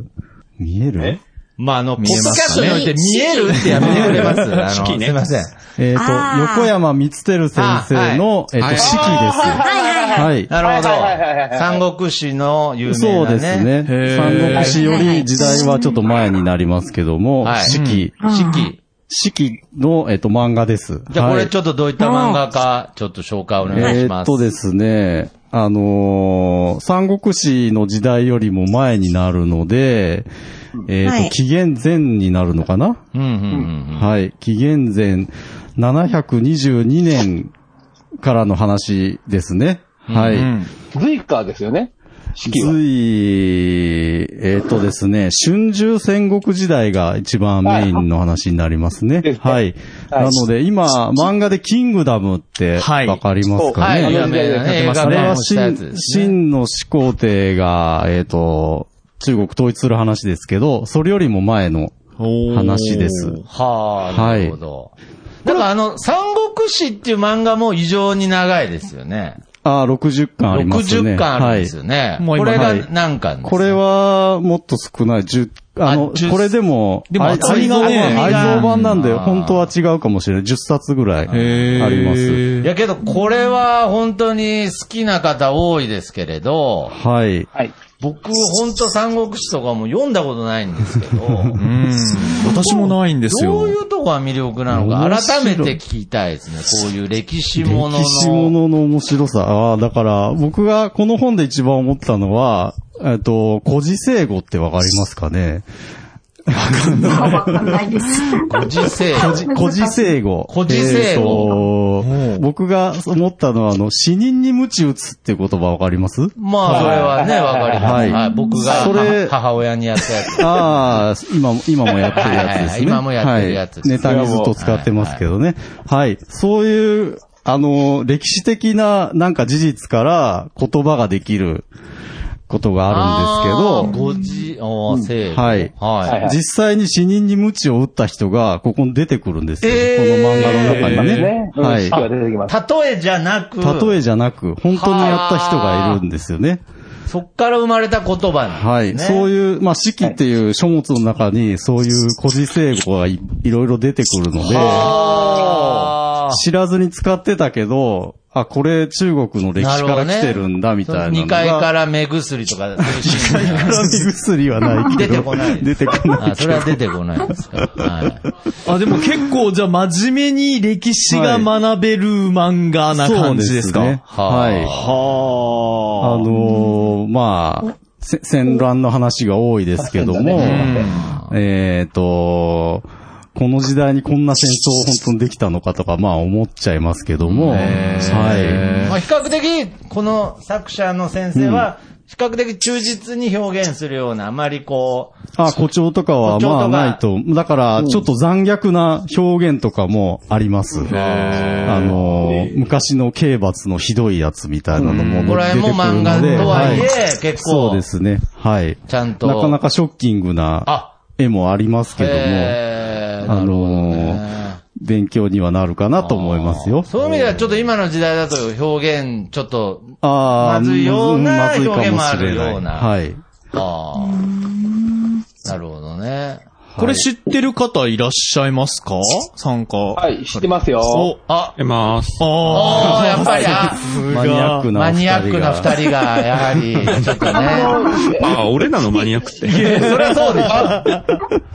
Speaker 4: 見える
Speaker 5: まあ、あの、ポッド
Speaker 3: 見
Speaker 5: キ
Speaker 3: え
Speaker 5: ャ
Speaker 3: ます
Speaker 5: スト
Speaker 3: かね
Speaker 5: において見えるってやめてくれますあの、す
Speaker 8: 式ね
Speaker 5: いません。
Speaker 4: えっと
Speaker 10: あ、ー
Speaker 4: 横山光輝先生の、えっ
Speaker 8: は
Speaker 4: と、四季で
Speaker 8: い
Speaker 4: す。
Speaker 10: はいはいはい。
Speaker 4: はい。
Speaker 5: なるほど
Speaker 6: はいはいはいはいは。い
Speaker 5: 三国志の有名なね。
Speaker 4: そうです。ね。
Speaker 3: へー
Speaker 4: 三国志より時代はちょっと前になりますけども
Speaker 5: は、い
Speaker 4: 四季、
Speaker 5: 四季。
Speaker 4: 四季の、えっと、漫画です。
Speaker 5: じゃあこ
Speaker 4: は
Speaker 5: れ
Speaker 4: い
Speaker 5: ちょっとどういった漫画か、ちょっと紹介お願
Speaker 4: え
Speaker 5: いし
Speaker 4: ー
Speaker 5: ま
Speaker 4: っ
Speaker 5: す。
Speaker 4: とですね、あのー三国志の時代よりも前になるので、えーっと、
Speaker 10: はい
Speaker 4: 紀元前になるのかな、
Speaker 5: うんうんうん。
Speaker 4: はい。紀元前722年からの話ですね。はい。
Speaker 3: うん。
Speaker 6: ズイカーですよね。式は。
Speaker 4: つい、えっ、とですね、春秋戦国時代が一番メインの話になりますね。
Speaker 6: は
Speaker 4: はい。なので、今、漫画でキングダムって、
Speaker 3: はい
Speaker 4: わかりますか
Speaker 5: は
Speaker 4: ね。
Speaker 5: い、
Speaker 6: ね
Speaker 5: 有名なね、映
Speaker 4: あ
Speaker 5: 画
Speaker 4: れ
Speaker 5: 版
Speaker 4: は
Speaker 5: をしたやつ
Speaker 4: 秦
Speaker 5: ですね。
Speaker 4: 秦の始皇帝が、えっ、と、中国統一する話ですけど、それよりも前の話です。
Speaker 5: はあ、
Speaker 4: は
Speaker 5: ないるほど。なんかあの、三国志っていう漫画も異常に長いですよね。
Speaker 4: ああ、60巻ありますね。
Speaker 5: 60巻あるんですよね。
Speaker 3: も
Speaker 5: こ
Speaker 3: う今
Speaker 5: れが
Speaker 4: はい
Speaker 5: 何巻ですか
Speaker 4: これ、は、もっと少ない。10、あの、
Speaker 5: あ10
Speaker 4: これでも、
Speaker 3: でも
Speaker 4: あい
Speaker 3: 厚みがね
Speaker 4: 愛蔵版なんで、
Speaker 5: うん
Speaker 4: 本当は違うかもしれない。10冊ぐらいあ
Speaker 3: へー
Speaker 4: ります。
Speaker 5: いやけど、これは本当に好きな方多いですけれど、
Speaker 4: はい。
Speaker 6: はい。
Speaker 5: 僕、本当三国志とかも読んだことないんですけ ど、
Speaker 3: うん。私もないんですよ。
Speaker 5: どういうとこが魅力なのか
Speaker 4: 面、
Speaker 5: 改
Speaker 4: 白
Speaker 5: め
Speaker 4: い
Speaker 5: て聞きたいですね。こういう歴史ものの。
Speaker 4: 歴史ものの面白さ。ああ、だから、僕がこの本で一番思ったのは、えっと、古事聖語ってわかりますかね
Speaker 9: わかんないです。
Speaker 5: ご時 世。
Speaker 4: 古事聖語。
Speaker 5: 古事聖
Speaker 4: 語
Speaker 3: うん
Speaker 4: 僕が思ったのは、あの、死人に鞭打つって言葉わかります
Speaker 5: まあ、それはね、わかります。は、
Speaker 4: はいい
Speaker 5: 僕が
Speaker 4: それ
Speaker 5: 母母親にやっ たやつ。
Speaker 4: ああ、今も、今もやってるやつですね。
Speaker 5: はいはい今もやってるやつです
Speaker 4: はいネタにずっと使ってますけどね。はい。そういう、あの、歴史的な、なんか事実から言葉ができることがあるんですけど、
Speaker 5: ご時、おー聖語。
Speaker 4: はい
Speaker 5: はい。
Speaker 4: 実際に死人に鞭を打った人が、ここに出てくるんですよ。
Speaker 5: えー
Speaker 4: この漫画の中に
Speaker 6: ね
Speaker 3: えー
Speaker 4: ね。
Speaker 6: うん
Speaker 4: はい
Speaker 6: 式が出てきます。
Speaker 5: 例えじゃなく、
Speaker 4: 例えじゃなく、本当にやった人がいるんですよね。
Speaker 5: そっから生まれた言葉な
Speaker 4: は
Speaker 5: ん
Speaker 4: い。
Speaker 5: ですね。
Speaker 4: そう
Speaker 5: う。
Speaker 4: いう、まあ、四季っていう書物の中に、そういう古事聖語がいいろいろ出てくるので、
Speaker 5: あー
Speaker 4: 知らずに使ってたけど、あ、これ中国の歴史から来てるんだ、みたいなのが。
Speaker 5: 二階から目薬 とか出るシーンじゃない、
Speaker 4: 絡み薬はないけど。
Speaker 5: 出てこない
Speaker 4: 出てこない
Speaker 5: あ、それは出てこないですか。はい。
Speaker 3: あ、でも結構、じゃあ真面目に歴史が学べる漫画な感じですか、
Speaker 4: そうねはい。あ
Speaker 3: は
Speaker 4: のーまあ、せ戦乱の話が多いですけども、えっ、と、この時代にこんな戦争本当にできたのかとか、まあ思っちゃいますけども、はい。
Speaker 5: まあ、比較的、この作者の先生は、比較的忠実に表現するような、あまりこう、
Speaker 4: あ、誇張とかは
Speaker 5: 誇張と
Speaker 4: ま
Speaker 5: か
Speaker 4: あないと。だから、ちょっと残虐な表現とかもあります。あの、昔の刑罰のひどいやつみたいなのも
Speaker 5: こ
Speaker 4: 出て
Speaker 5: れは
Speaker 4: くる
Speaker 5: もう
Speaker 4: ので。
Speaker 5: 漫画とはいえ、結構、
Speaker 4: そうですね。はい。
Speaker 5: ちゃんと、
Speaker 4: なかなかショッキングな
Speaker 5: あ、
Speaker 4: 絵もありますけども、
Speaker 5: えー
Speaker 4: あ
Speaker 5: ね
Speaker 4: の、勉強にはなるかなと思いますよ。
Speaker 5: そういう意味では、ちょっと今の時代だと表現、ちょっと、
Speaker 4: あー
Speaker 5: まずいような
Speaker 4: まずいかもしれ
Speaker 5: 表現もあるような
Speaker 4: はい。
Speaker 5: ああ、なるほどね。
Speaker 3: い。これ知ってる方いらっしゃいますか参加。は
Speaker 6: はい、知ってますよ。
Speaker 3: お、
Speaker 5: あ、
Speaker 8: 出ます。
Speaker 5: ああ、やっぱり、あ、
Speaker 4: マニアックな
Speaker 5: マ
Speaker 4: 二人
Speaker 5: ニ
Speaker 4: が。
Speaker 5: アックな二人が、やは り、ちょっとね。
Speaker 8: ああ、俺らのマニアックって。
Speaker 5: そりゃそうでしょ。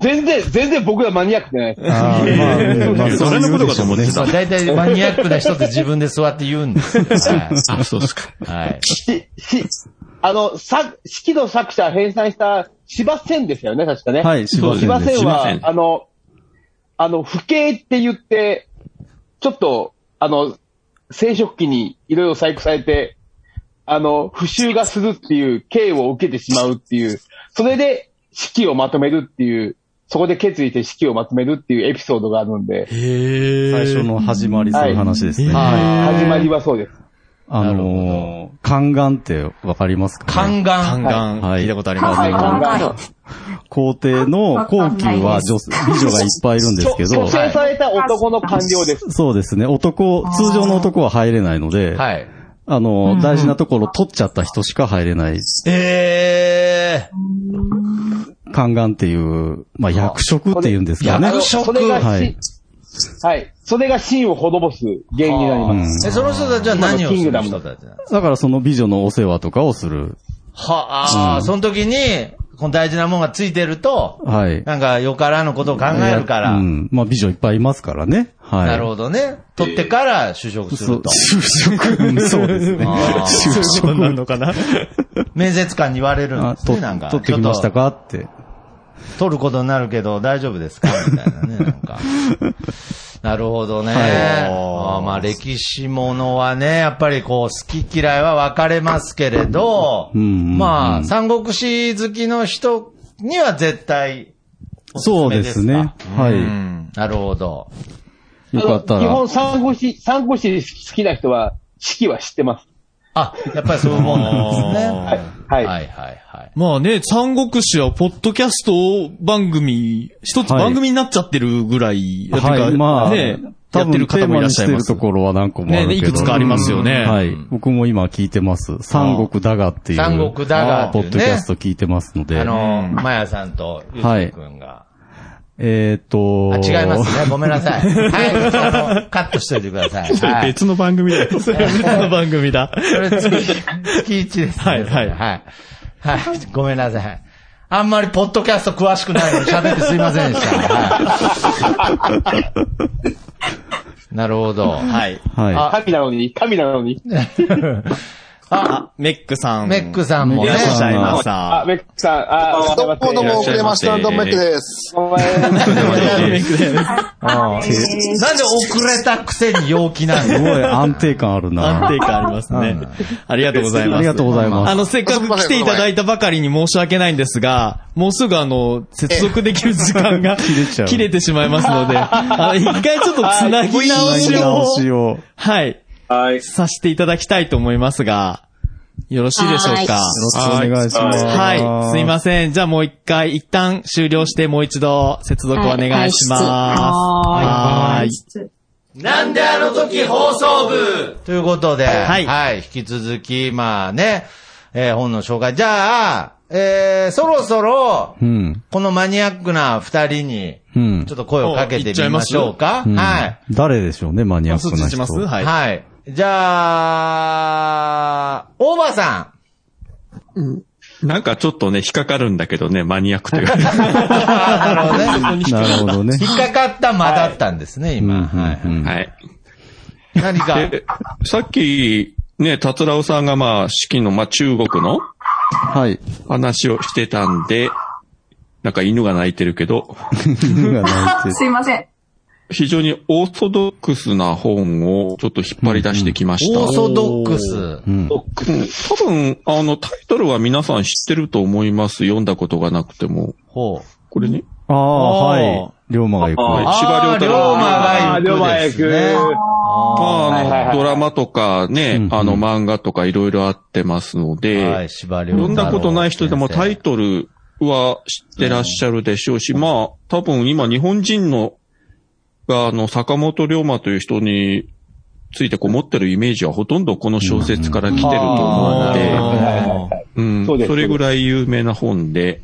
Speaker 6: 全然、全然僕らマニアックじゃないです。
Speaker 4: あーまあうんまあそう
Speaker 8: 誰の
Speaker 4: 言
Speaker 8: こ
Speaker 4: うで
Speaker 8: とか
Speaker 4: し
Speaker 8: と
Speaker 4: ょう
Speaker 8: 思っ
Speaker 4: ね
Speaker 8: てた。
Speaker 5: 大体マニアックな人って自分で座って言うんですよ。 は
Speaker 8: あ、そうですか。
Speaker 5: い。はい。
Speaker 6: し、し、あの、さ、式の作者編纂した芝千ですよね、確かね。
Speaker 4: はい、しません
Speaker 6: 芝
Speaker 4: でし
Speaker 6: 千
Speaker 4: た
Speaker 6: は
Speaker 8: 芝、千
Speaker 6: あの、あの、不景って言って、ちょっと、あの、生殖期にいろいろ細工されて、あの、不臭がするっていう刑を受けてしまうっていう、それで式をまとめるっていう、そこで決意して式をまとめるっていうエピソードがあるんで、
Speaker 4: 最初の始まりそういう話ですね。
Speaker 6: 始まりはそうです。
Speaker 4: あのー、宦官ってわかりますか、ね、
Speaker 5: 宦官。
Speaker 3: 単眼、
Speaker 4: はい
Speaker 3: 聞いたことあります。
Speaker 9: はい、考えろ。
Speaker 4: 皇帝の後期は女性美女がいっぱいいるんですけど
Speaker 6: 処、刑された男の官僚です。
Speaker 4: そうですね、男、通常の男は入れないので、
Speaker 5: はい。
Speaker 4: あのー、大事なところ取っちゃった人しか入れない、
Speaker 5: ええ
Speaker 4: 宦官っていう、まあ、役職っていうんですかね。
Speaker 5: 役職
Speaker 6: それがし
Speaker 4: はい
Speaker 6: はい。それが真を滅ぼす原因になります。
Speaker 4: うん
Speaker 5: え、その人たちは何をする人たちなの
Speaker 4: だからその美女のお世話とかをする。
Speaker 5: は、ああ、その時に、この大事なもんがついてると、
Speaker 4: はい。
Speaker 5: なんかよからぬことを考えるから
Speaker 4: う、ん。まあ、美女いっぱいいますからね。はい。
Speaker 5: なるほどね。取ってから就職す
Speaker 4: そう
Speaker 5: る と。
Speaker 4: 就職、うんそうですね。
Speaker 5: あー
Speaker 4: 就職
Speaker 3: な のかな
Speaker 5: 面接官に言われるん
Speaker 4: あ
Speaker 5: ですね、
Speaker 4: と
Speaker 5: なんか。
Speaker 4: 取ってきましたかって。
Speaker 5: ちょっと取ることになるけど大丈夫ですかみたいなね、なん か。なるほどね。あーまあ歴史ものはね、やっぱりこう好き嫌いは分かれますけれど、
Speaker 4: うんうんうん
Speaker 5: まあ三国志好きの人には絶対おすす
Speaker 4: そう
Speaker 5: め
Speaker 4: で
Speaker 5: ですか。
Speaker 4: すね。は
Speaker 5: う
Speaker 4: い。
Speaker 5: ん。なるほど。
Speaker 4: よかった
Speaker 6: 基
Speaker 4: ら。
Speaker 6: 本、三国志、三国志好きな人は、四季は知ってます。
Speaker 5: あ、やっぱりそういうもんなんですね。
Speaker 6: はい。はい。
Speaker 11: はいはいはい。
Speaker 3: まあね、三国志はポッドキャスト番組、一つ
Speaker 4: はい
Speaker 3: 番組になっちゃってるぐらい、て
Speaker 4: はい、
Speaker 3: か
Speaker 4: まあ、
Speaker 3: ね、
Speaker 4: 多
Speaker 3: やって
Speaker 4: 分
Speaker 3: る
Speaker 4: テ
Speaker 3: 方
Speaker 4: ー
Speaker 3: もい
Speaker 4: マ
Speaker 3: らっ
Speaker 4: に
Speaker 3: し
Speaker 4: し
Speaker 3: ゃ
Speaker 4: て
Speaker 3: い
Speaker 4: る
Speaker 3: ます
Speaker 4: と。ころは何個もあるけど。
Speaker 3: ねいくつかありますよね
Speaker 4: うんはい。僕も今聞いてます。三国だがっていう。
Speaker 5: 三国だがって
Speaker 4: ポ
Speaker 5: いう
Speaker 4: ッドキ
Speaker 5: ね
Speaker 4: ャスト聞いてますので。
Speaker 5: あの、まやさんとゆうじくんが。
Speaker 4: えっ、と
Speaker 5: あ、違いますね。ごめんなさい。はい。あのカットしといてくだ さい。はい。
Speaker 3: 別の番組だよ。それは別の番組だ。
Speaker 5: それ月、月一です、ね。
Speaker 3: はいはい
Speaker 5: はい。はい。ごめんなさい。あんまりポッドキャスト詳しくないのに喋ってすいませんでした。はい、なるほど。
Speaker 3: はい。
Speaker 4: はい。
Speaker 5: あ
Speaker 6: 神なのに、神なのに。
Speaker 5: あ、
Speaker 3: メックさん。
Speaker 5: メックさんも
Speaker 3: い
Speaker 5: ね
Speaker 3: らっ。しゃいまし
Speaker 6: あ、
Speaker 3: た。
Speaker 6: メックさん、あ、おはようござ
Speaker 12: どう
Speaker 6: いま
Speaker 12: も
Speaker 6: す
Speaker 12: 遅れました、ドンベックです。
Speaker 6: お前、
Speaker 3: メックだよね
Speaker 5: なんで遅れたくせに陽気な
Speaker 4: す
Speaker 5: の
Speaker 4: ごい安定感あるな。
Speaker 3: 安定感ありますね。ありがとうございます。
Speaker 4: ありがとうございます
Speaker 3: あの、せっかく来ていただいたばかりに申し訳ないんですが、もうすぐあの、接続できる時 間が切
Speaker 4: れちゃう
Speaker 3: てしまいますので、あの、一回ちょっとつなぎ直し
Speaker 4: 直し
Speaker 3: を、
Speaker 4: を。
Speaker 3: はい、
Speaker 7: はい。
Speaker 3: させていただきたいと思いますが、よろしいでしょうか。
Speaker 4: よろしくお願いします。
Speaker 3: はい、すいません。じゃあもう一回、一旦終了して、もう一度接続お願いします。はーい。
Speaker 5: なんであの時放送部ということで、はい。引き続き、まあね、えー本の紹介。じゃあ、えー、そろそろ、
Speaker 4: うん。
Speaker 5: このマニアックな二人に、
Speaker 4: うん
Speaker 5: ちょっと声をかけてみましょうか。
Speaker 4: うん
Speaker 5: はい。
Speaker 4: 誰でしょうね、マニアッ
Speaker 3: そ
Speaker 4: ク
Speaker 3: っち
Speaker 4: な
Speaker 3: します
Speaker 4: 人。
Speaker 3: はい。
Speaker 5: はい。じゃあ、オーバーさん。
Speaker 8: なんかちょっとね、引っかかるんだけどね、マニアックというか。
Speaker 5: なるほどね。
Speaker 4: なるほどね。
Speaker 5: 引っかかった間だったんですね、
Speaker 4: うんう
Speaker 5: 今。
Speaker 4: んうん
Speaker 8: はい。
Speaker 5: 何か、
Speaker 8: で、さっき、ね、達郎さんがまあ、四季の、まあ、中国の
Speaker 4: はい。
Speaker 8: 話をしてたんで、なんか犬が鳴いてるけど、
Speaker 4: 犬が泣いて
Speaker 9: すいません。
Speaker 8: 非常にオーソドックスな本をちょっと引っ張り出してきました。
Speaker 5: オーソドックス。
Speaker 4: る。うん。
Speaker 8: うん多分、あの、タイトルは皆さん知ってると思います。読んだことがなくても。
Speaker 5: ほう。
Speaker 8: これね。
Speaker 4: ああ、はい。龍馬が行
Speaker 8: はい
Speaker 4: く。
Speaker 8: 司馬
Speaker 5: あー
Speaker 8: 太郎
Speaker 6: あ、
Speaker 5: 龍
Speaker 6: 龍
Speaker 5: 馬
Speaker 6: 馬
Speaker 5: が行く
Speaker 6: 役。
Speaker 5: ですね。
Speaker 8: ま
Speaker 6: はいはい
Speaker 8: あ、
Speaker 6: は
Speaker 8: あの、
Speaker 6: い
Speaker 8: ドラマとかね、
Speaker 4: うんうん
Speaker 8: あの、漫画とかいろいろあってますので、
Speaker 5: はい、縛り
Speaker 8: 読んだことない人でもタイトルは知ってらっしゃるでしょうし、まあ、多分今日本人の、が、あの、坂本龍馬という人についてこう持ってるイメージはほとんどこの小説から来てると思うので、
Speaker 3: あー
Speaker 8: うん、
Speaker 6: そう
Speaker 8: そ
Speaker 6: です
Speaker 8: れぐらい有名な本で、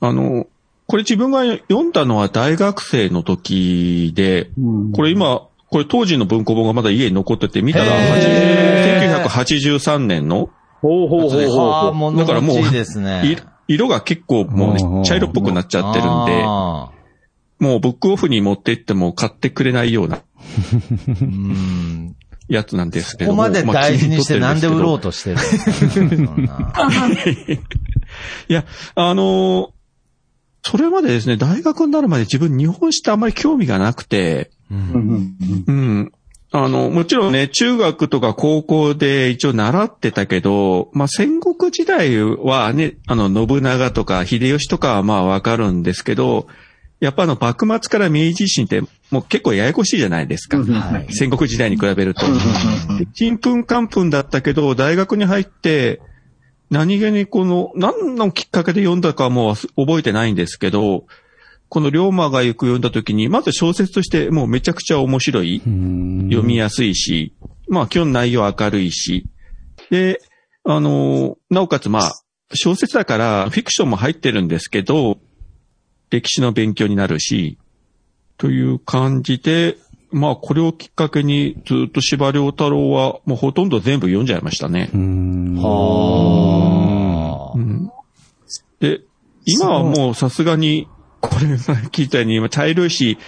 Speaker 8: あの、これ自分が読んだのは大学生の時で、これ今、これ当時の文庫本がまだ家に残ってて、見たら
Speaker 5: へー
Speaker 8: 80 1983年の、
Speaker 6: ほうほうほうほう
Speaker 5: あ
Speaker 6: ほ
Speaker 5: あ、
Speaker 6: う。
Speaker 5: 物
Speaker 8: だからもう
Speaker 5: 持ちですね。
Speaker 8: い色が結構も
Speaker 4: うんうん
Speaker 8: う茶色っぽくなっちゃってるんで、
Speaker 5: あ
Speaker 8: もうブックオフに持って行っても買ってくれないような
Speaker 5: ーうん。
Speaker 8: やつなん ですけ
Speaker 5: ここ
Speaker 8: ども。
Speaker 5: まで
Speaker 8: まあ
Speaker 5: 大事にして
Speaker 8: 気
Speaker 5: なん
Speaker 8: 取
Speaker 5: で
Speaker 8: ってる
Speaker 5: 売
Speaker 8: んすけ
Speaker 5: ろ
Speaker 8: ど
Speaker 5: うとしてるのそんない
Speaker 8: や、あのーそれまでですね、大学になるまで自分日本史ってあんまり興味がなくて、うん。あの、もちろんね、中学とか高校で一応習ってたけど、まあ、戦国時代はね、あの、信長とか秀吉とかはまあわかるんですけど、やっぱあの、幕末から明治維新ってもう結構ややこしいじゃないですか。
Speaker 5: はい
Speaker 8: 戦国時代に比べると。でちんぷんかんぷんだったけど、大学に入って、何気にこの、何のきっかけで読んだかはもう覚えてないんですけど、この龍馬が行く読んだ時に、まず小説としてもうめちゃくちゃ面白い、
Speaker 4: 読
Speaker 8: 読みやすいし、まあ基本内容明るいし、で、あの、なおかつまあ、小説だからフィクションも入ってるんですけど、歴史の勉強になるし、という感じで、まあこれをきっかけにずっと司馬遼太郎はもうほとんど全部読んじゃいましたね。
Speaker 4: うん。
Speaker 5: は
Speaker 8: うんで、今はもうさすがに、これさっき言ったように今茶色いし、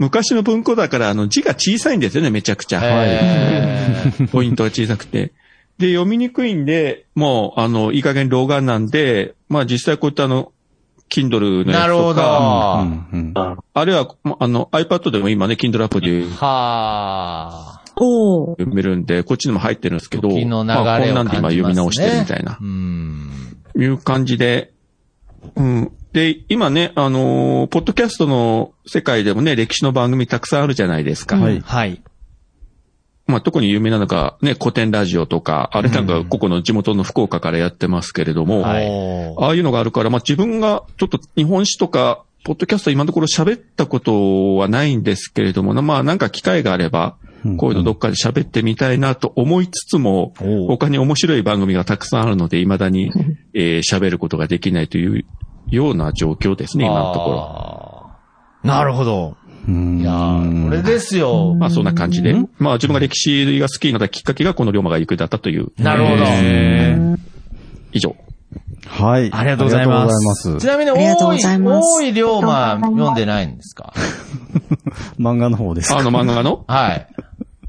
Speaker 8: 昔の文庫だからあの字が小さいんですよね、めちゃくちゃ。
Speaker 5: あ。へー
Speaker 8: ポイントが小さくて。で、読みにくいんで、もう、あの、いい加減老眼なんで、まあ実際こういったあの、Kindle のや
Speaker 5: な
Speaker 8: つ
Speaker 5: るほど。
Speaker 8: とか、
Speaker 5: は
Speaker 4: うん
Speaker 8: あるいは、まあの、iPad でも今ね、Kindle アプリで
Speaker 5: あ。
Speaker 1: おー。
Speaker 8: 読めるんで、こっちにも入ってるんですけど、
Speaker 5: 時の流れを
Speaker 8: まあこんなんで今
Speaker 5: 感じますね
Speaker 8: 読み直してるみたいな
Speaker 5: う、ん。
Speaker 8: いう感じで、うん。で、今ね、あのーポッドキャストの世界でもね、歴史の番組たくさんあるじゃないですか。
Speaker 4: はい。
Speaker 3: はい。
Speaker 8: まあ、特に有名なのが、ね、古典ラジオとか、あれなんか、ここの地元の福岡からやってますけれども、ああいうのがあるから、まあ、自分がちょっと日本史とか、ポッドキャスト今のところ喋ったことはないんですけれども、まあ、なんか機会があれば、こういうのどっかで喋ってみたいなと思いつつも、他に面白い番組がたくさんあるので、未だにえー喋ることができないというような状況ですね、今のところ。
Speaker 11: なるほど。
Speaker 8: いやこ
Speaker 5: れですよ。
Speaker 8: まあそんな感じで。まあ自分が歴史が好きになったきっかけがこの龍馬が行くだったという。
Speaker 5: なるほど
Speaker 8: えー以上。
Speaker 4: はい。
Speaker 3: ありがとうございます
Speaker 5: ちなみに、
Speaker 8: ありがとう
Speaker 5: 多
Speaker 8: ご
Speaker 5: い、
Speaker 8: ざいます
Speaker 5: 多い龍馬読んでないんですか
Speaker 4: 漫画の方ですか
Speaker 8: あの漫 画の
Speaker 5: はい。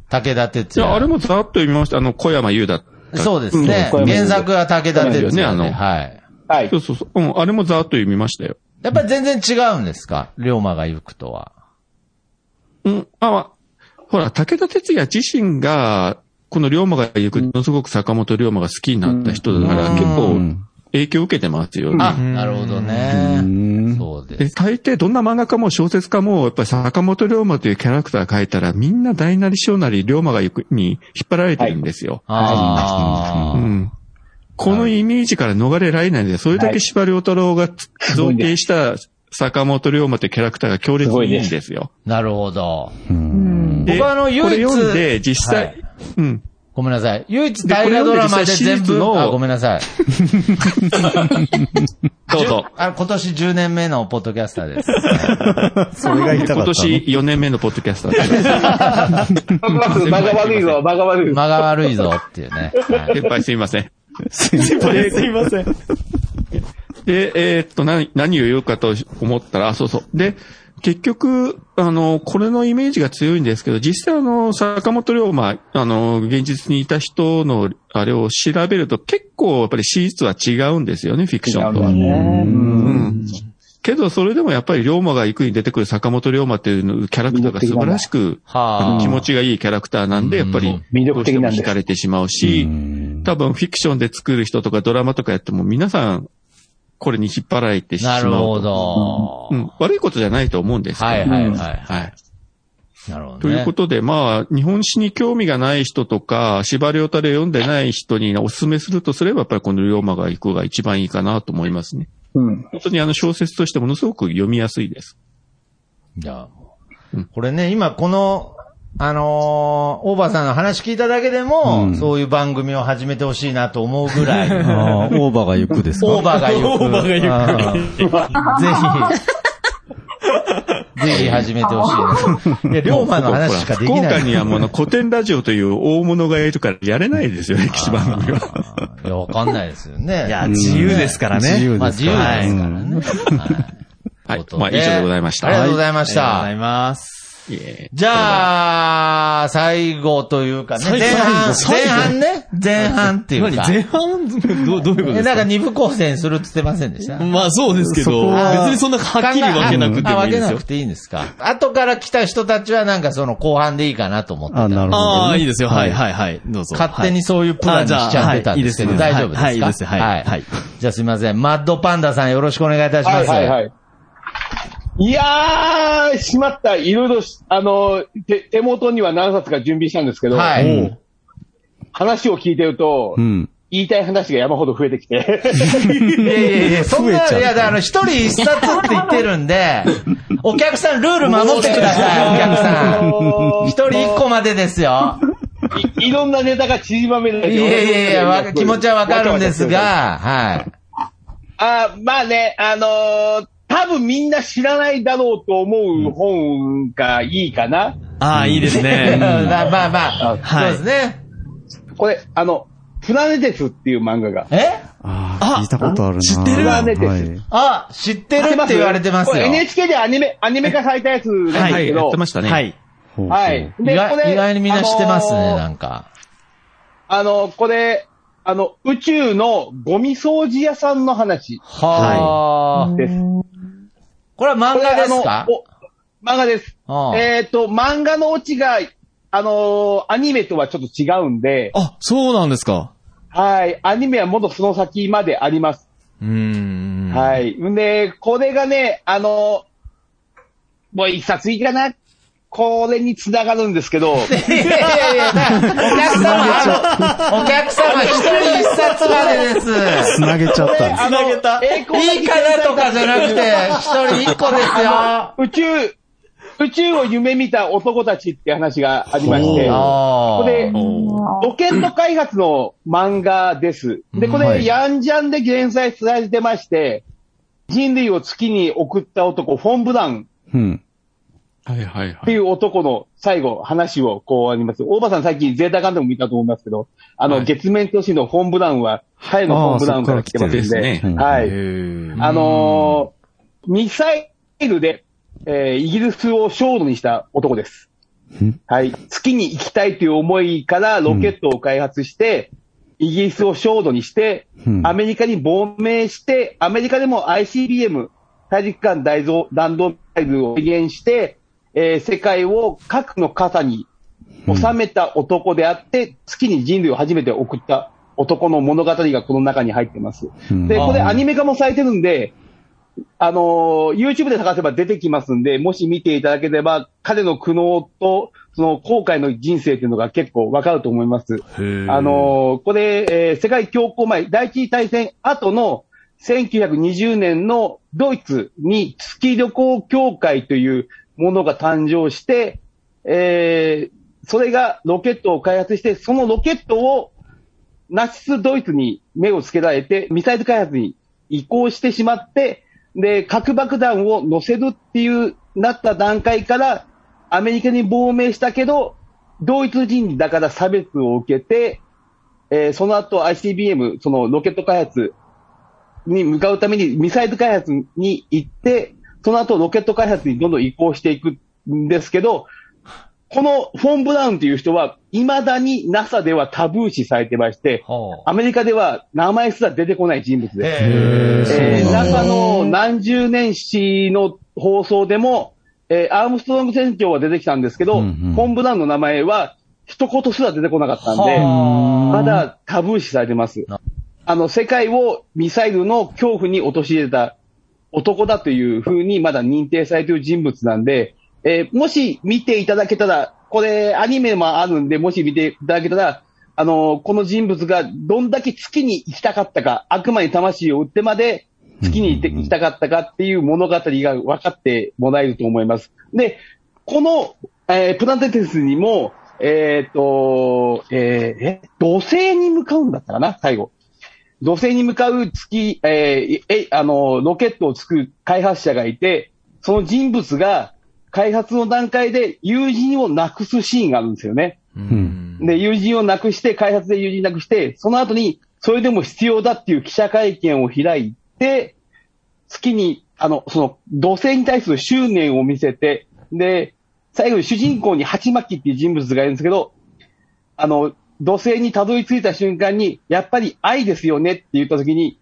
Speaker 5: 武田鉄
Speaker 8: じゃあ
Speaker 5: 矢。
Speaker 8: あれもざっと読みました。あの、小山優だった。
Speaker 5: そうですね
Speaker 8: うん
Speaker 5: 原作は武田鉄矢で
Speaker 8: 小山優ね、あの。
Speaker 5: はい。
Speaker 6: はい。
Speaker 8: そうそうそう。うん、あれもざっと読みましたよ。
Speaker 5: やっぱり全然違うんですか龍馬が行くとは。
Speaker 8: うん、あ、まあほら、武田鉄矢自身が、この龍馬が行く、ものすごく坂本龍馬が好きになった人だから、
Speaker 5: うん
Speaker 8: 結
Speaker 5: う
Speaker 8: 構影響を受けてますよね。
Speaker 5: あ、なるほどね。そうで
Speaker 8: で、大抵どんな漫画家も小説家も、やっぱり坂本龍馬というキャラクターが書いたら、みんな大なり小なり龍馬が行くに引っ張られてるんですよ。
Speaker 5: あ
Speaker 8: うんこのイメージから逃れられないんで、それだけ司馬遼太郎が造形した坂本龍馬というキャラクターが強烈にいいんですよ。
Speaker 5: なるほど。
Speaker 8: で
Speaker 5: 僕はあの、唯一。
Speaker 8: これ読んで、実際、
Speaker 5: はい
Speaker 8: うん。
Speaker 5: ごめんなさい。唯一
Speaker 8: で
Speaker 5: 大河ドラマで
Speaker 8: これ読
Speaker 5: 全
Speaker 8: んで実際シリーズ
Speaker 5: 部
Speaker 8: の
Speaker 5: あごめんなさい。
Speaker 8: どうぞ。
Speaker 5: あの、今年10年目のポッドキャスターです。
Speaker 4: それが言いたかっ
Speaker 8: 今
Speaker 4: たの
Speaker 8: 年4年目のポッドキャスターです。
Speaker 6: 間が悪いぞ、間が悪いぞ。
Speaker 5: 間が悪いぞっていうね。はい
Speaker 8: 先輩すいません。
Speaker 4: 先輩すいません。
Speaker 8: で、えーっと、何、何を言うかと思ったら、あそうそう。で、結局、あの、これのイメージが強いんですけど、実際あの、坂本龍馬、あの、現実にいた人の、あれを調べると、結構やっぱり史実は違うんですよね、フィクションとは。うんけど、それでもやっぱり龍馬が行くに出てくる坂本龍馬っていうキャラクターが素晴らしく、
Speaker 5: はあ
Speaker 8: あの気持ちがいいキャラクターなんで、やっぱり、
Speaker 6: 魅力的なんです
Speaker 8: 惹かれてしまうし、多分フィクションで作る人とかドラマとかやっても皆さん、これに引っ張られてしま
Speaker 5: な
Speaker 8: う
Speaker 5: る
Speaker 8: と。
Speaker 5: ほど。
Speaker 8: うん。悪いことじゃないと思うんですけど
Speaker 5: はいはいはいはい
Speaker 8: はい。
Speaker 5: なるほどね。
Speaker 8: ということで、まあ、日本史に興味が ない人とか、司馬遼太郎読んでない人にお勧めするとすれば、やっぱりこの龍馬が行くが一番いいかなと思いますね。
Speaker 6: うん。
Speaker 8: 本当にあの小説としてものすごく読みやすいです。
Speaker 5: じゃあ、これね、今この、あのー、大場さんの話聞いただけでも、
Speaker 4: うん
Speaker 5: そういう番組を始めてほしいなと思うぐらい、
Speaker 4: あーオーバーが行くですか
Speaker 5: オーバーがゆく。
Speaker 3: オーバーがゆ
Speaker 5: あーぜひ、ぜひ始めてほしいな。いや、龍馬の話しかでき
Speaker 8: 福
Speaker 5: な
Speaker 8: 岡
Speaker 5: い。い
Speaker 8: にはもうあの古典ラジオという大物がいるからやれないですよ、歴史番組は。
Speaker 5: や、わかんないですよね。
Speaker 3: いや、自由ですからね。
Speaker 4: 自由
Speaker 5: まあ
Speaker 4: で
Speaker 5: 自
Speaker 4: す
Speaker 5: 由
Speaker 4: か
Speaker 5: ですからね。と
Speaker 8: は
Speaker 5: いうこ。
Speaker 8: い
Speaker 5: と
Speaker 8: まあ、以上でございました。
Speaker 5: ありがとうございまし
Speaker 11: ありがとうござ
Speaker 5: た。
Speaker 11: います。
Speaker 8: いえ
Speaker 5: じゃあ、最後というかね、前半、前半ね、前半っていう
Speaker 3: 何
Speaker 5: か。
Speaker 3: 前半どう、どういうこと
Speaker 5: え、
Speaker 3: です
Speaker 5: なんか
Speaker 3: か
Speaker 5: 二部構成にするって言ってませんでした
Speaker 3: まあそうですけど、別にそんなはっきり分けなくてもいいです
Speaker 5: あ分け
Speaker 3: よ
Speaker 5: なく。ていいんですか。後から来た人たちはなんかその後半でいいかなと思ってた
Speaker 4: あ、なるほ
Speaker 3: あ
Speaker 4: ど
Speaker 3: あ、
Speaker 4: ね。
Speaker 3: いいですよ。はいはいはい。どうぞ。
Speaker 5: 勝手にそういうプランにしちゃってたんですけど、
Speaker 3: はいあ
Speaker 5: 大
Speaker 3: じゃあ
Speaker 5: 丈夫ですか
Speaker 3: はいいいですねはいはいはい
Speaker 5: じゃあすいません。マッドパンダさんよろしくお願いいたします。
Speaker 6: はいはいはい。いやー、しまった。いろいろし、あの、手、手元には何冊か準備したんですけど、
Speaker 5: はい
Speaker 6: 話を聞いてると、
Speaker 4: うん。
Speaker 6: 言いたい話が山ほど増えてきて。
Speaker 5: いやいやいや、そん
Speaker 4: 増えちゃ
Speaker 5: な、
Speaker 4: っ
Speaker 5: い
Speaker 4: た
Speaker 5: や、だからあの一人一冊って言ってるんで、お客さんルール守ってください、お客 さん。一人一個までですよ。
Speaker 6: いいろんなネタが縮まめない
Speaker 5: いや
Speaker 6: と
Speaker 5: いやいやわ、気持ちはわかるんです。
Speaker 6: わか
Speaker 5: が、はい。
Speaker 6: あーまあね、あのー多分みんな知らないだろうと思う本がいいかな。
Speaker 3: ああ、いいですね。
Speaker 5: まあまあまあ、
Speaker 3: はい
Speaker 5: そうですね。
Speaker 6: これ、あの、プラネテスっていう漫画が。
Speaker 5: え
Speaker 4: あ
Speaker 3: あ
Speaker 4: あ、聞いたことあるな。
Speaker 3: 知ってる
Speaker 4: は
Speaker 6: 出てる
Speaker 4: い。
Speaker 5: あ、知ってるって言われてます
Speaker 6: こ
Speaker 5: よ
Speaker 6: れ。NHK でアニメ、アニメ化されたやつなんです
Speaker 8: はい、
Speaker 6: け
Speaker 8: や
Speaker 6: ど。
Speaker 8: ってましたね。
Speaker 3: はい。
Speaker 4: ほうほう
Speaker 6: はい。
Speaker 5: 意
Speaker 6: でこ
Speaker 5: 外
Speaker 6: れ
Speaker 5: 意外にみんな知ってます
Speaker 6: あ
Speaker 5: ね、
Speaker 6: のー
Speaker 5: なんか。
Speaker 6: あの、これ、あの、宇宙のゴミ掃除屋さんの話
Speaker 5: はあ。
Speaker 6: です。
Speaker 5: これは漫画ですか
Speaker 6: これあのお漫画です。
Speaker 5: ああ
Speaker 6: えっ、と、漫画のオチが、あのーアニメとはちょっと違うんで、
Speaker 3: あ、そうなんですか。
Speaker 6: はい。アニメはもっとその先まであります。
Speaker 3: うーん。
Speaker 6: はい。んで、これがね、あの、もう一冊いいかな。これに繋がるんですけど。い
Speaker 5: いやいやいや、お客様、あの、お客様、 一人一冊までです。
Speaker 4: 繋げちゃ ったんです。
Speaker 5: あの
Speaker 6: げた。
Speaker 5: いいかなとかじゃなくて一人一個ですよ
Speaker 6: あの宇宙、宇宙を夢見た男たちっていう話がありまして、
Speaker 11: ほ
Speaker 6: こ
Speaker 11: う
Speaker 6: れ、
Speaker 11: ほ
Speaker 6: ロケット開発の漫画です。で、こ
Speaker 11: は
Speaker 6: れ、
Speaker 11: い
Speaker 6: ヤンジャンで連載されてまして、人類を月に送った男、フォン・ブラウン
Speaker 4: うん。
Speaker 8: はいはい
Speaker 6: っていう男の最後、話をこうあります。大場さん最近ゼータガンダム見たと思いますけど、あの、月面都市のフォン・ブラウンは、彼のフォン・ブラウンから来てますん
Speaker 8: あーそ
Speaker 6: で
Speaker 8: っから来てるん、で
Speaker 6: は
Speaker 8: すね
Speaker 6: い。
Speaker 8: ん
Speaker 6: あのーミサイルで、えーイギリスを焦土にした男です。はい。月に行きたいという思いからロケットを開発して、イギリスを焦土にして、
Speaker 4: うん
Speaker 6: アメリカに亡命して、アメリカでも ICBM、大陸間大蔵弾道ミサイルを実現して、えー世界を核の傘に収めた男であって、月に人類を初めて送った男の物語がこの中に入ってます。
Speaker 11: うん
Speaker 6: で、これ
Speaker 11: あー
Speaker 6: アニメ化もされてるんで、あのー YouTube で探せば出てきますんで、もし見ていただければ、彼の苦悩と、その後悔の人生っていうのが結構わかると思います。
Speaker 11: ー
Speaker 6: あのーこれ、えー世界恐慌前、第一次大戦後の1920年のドイツに月旅行協会というものが誕生して、えーそれがロケットを開発して、そのロケットをナチスドイツに目をつけられて、ミサイル開発に移行してしまって、で、核爆弾を乗せるっていう、なった段階から、アメリカに亡命したけど、ドイツ人だから差別を受けて、えーその後 ICBM、そのロケット開発に向かうためにミサイル開発に行って、その後ロケット開発にどんどん移行していくんですけど、このフォン・ブラウンという人は、未だに NASA ではタブー視されてまして、アメリカでは名前すら出てこない人物です。えー NASA の何十年史の放送でも、えーアームストロング船長は出てきたんですけど、フォン・ブラウンの名前は一言すら出てこなかったんで、まだタブー視されてます。あの、世界をミサイルの恐怖に陥れた男だというふうにまだ認定されている人物なんで、えーもし見ていただけたら、これアニメもあるんで、もし見ていただけたら、あのーこの人物がどんだけ月に行きたかったか、悪魔に魂を売ってまで月に行って行きたかったかっていう物語が分かってもらえると思います。で、この、えープラネテスにも、えーっ、と、えーえ、土星に向かうんだったかな、最後。土星に向かう月、えーえ、あの、ロケットを作る開発者がいて、その人物が開発の段階で友人をなくすシーンがあるんですよね。で、友人をなくして、開発で友人なくして、その後に、それでも必要だっていう記者会見を開いて、月に、あの、その、土星に対する執念を見せて、で、最後に主人公にハチマキっていう人物がいるんですけど、あの、土星にたどり着いた瞬間に、やっぱり愛ですよねって言った時に、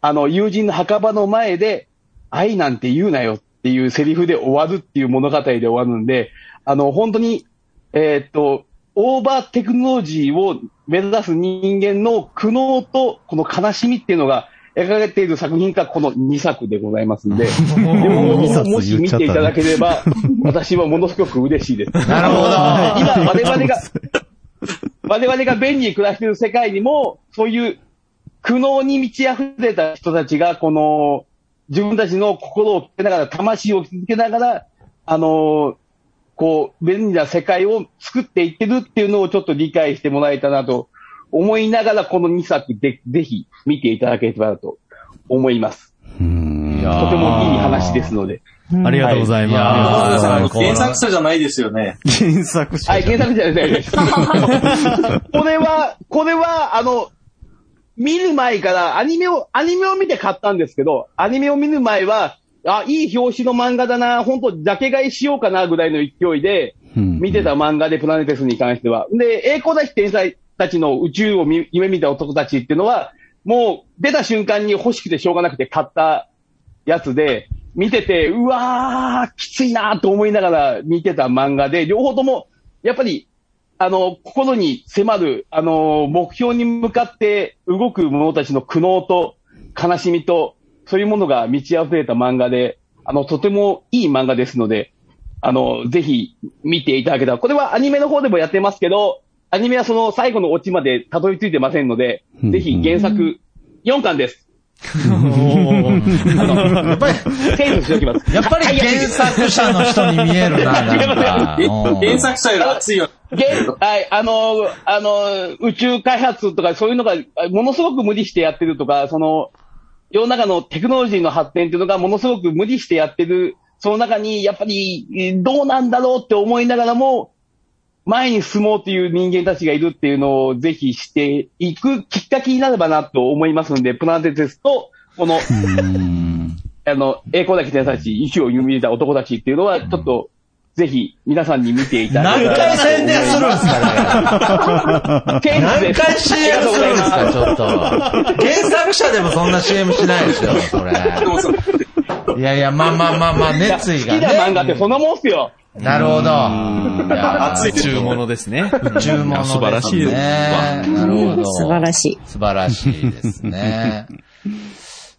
Speaker 6: あの、友人の墓場の前で、愛なんて言うなよっていうセリフで終わるっていう物語で終わるんで、あの、本当に、えーっと、オーバーテクノロジーを目指す人間の苦悩と、この悲しみっていうのが描かれている作品がこの2作でございます んで、でも
Speaker 11: 二冊
Speaker 6: もし見ていただけれ ば、私はものすごく嬉しいです。なるほど。今、我々 が、我々が便利に暮らしている世界にも、そういう苦悩に満ち溢れた人たちが、この、自分たちの心を聞けながら、魂を続けながら、あの、こう、便利な世界を作っていってるっていうのをちょっと理解してもらえたなと思いながら、この2作で、ぜひ見ていただければと思います。とてもいい話ですので。
Speaker 3: ありがとうございま
Speaker 7: い
Speaker 3: す。
Speaker 7: やー原作者じゃないですよね。
Speaker 4: 原作者。
Speaker 6: はい、原作者です。 これは、これは、あの、見る前から、アニメを、アニメを見て買ったんですけど、アニメを見る前は、あ、いい表紙の漫画だな、本当ジャケ買いしようかな、ぐらいの勢いで、見てた漫画で、プラネテスに関しては。で、栄光なき天才たちの宇宙を見夢見た男たちっていうのは、もう出た瞬間に欲しくてしょうがなくて買ったやつで、見てて、うわー、きついなーと思いながら見てた漫画で、両方とも、やっぱり、あの、心に迫る、あの、目標に向かって動く者たちの苦悩と悲しみと、そういうものが満ち溢れた漫画で、あの、とてもいい漫画ですので、あの、ぜひ見ていただけたら、これはアニメの方でもやってますけど、アニメはその最後のオチまでたどり着いてませんので、ぜひ原作4巻です。やっぱり、セーフしておきます。
Speaker 13: やっぱり原作者の人に見えるな
Speaker 6: 違いま
Speaker 13: なんかうん
Speaker 6: す。
Speaker 13: 原
Speaker 6: 作者より熱いよ。はい、あの、あの、宇宙開発とかそういうのが、ものすごく無理してやってるとか、その、世の中のテクノロジーの発展っていうのがものすごく無理してやってる、その中に、やっぱり、どうなんだろうって思いながらも、前に進もうという人間たちがいるっていうのをぜひしていくきっかけになればなと思いますので、プラネテスと、この、あの、栄光だけ天才ち、息を読み入れた男たちっていうのは、ちょっと、ぜひ、皆さんに見ていただけ
Speaker 13: 何
Speaker 6: たら
Speaker 13: 回
Speaker 6: なと思い
Speaker 13: 宣
Speaker 6: ます
Speaker 13: 伝するんですかね。
Speaker 5: 何回 CM するんです
Speaker 6: あ
Speaker 5: か、
Speaker 6: りが
Speaker 5: ち
Speaker 6: と
Speaker 5: ょ
Speaker 6: う
Speaker 5: っ
Speaker 6: ご
Speaker 5: と。
Speaker 6: ざいます
Speaker 5: 原作者でもそんな CM しないですよ、それ。いやいや、まあまあまあまあ、熱意が、ね。
Speaker 6: 好きな漫画ってそんなもんっすよ。。
Speaker 5: なるほど。
Speaker 3: 熱い中物ですね。
Speaker 5: 注文
Speaker 3: 素晴らしいです
Speaker 5: ね。なるほど。素晴らしい。素晴らしいですね。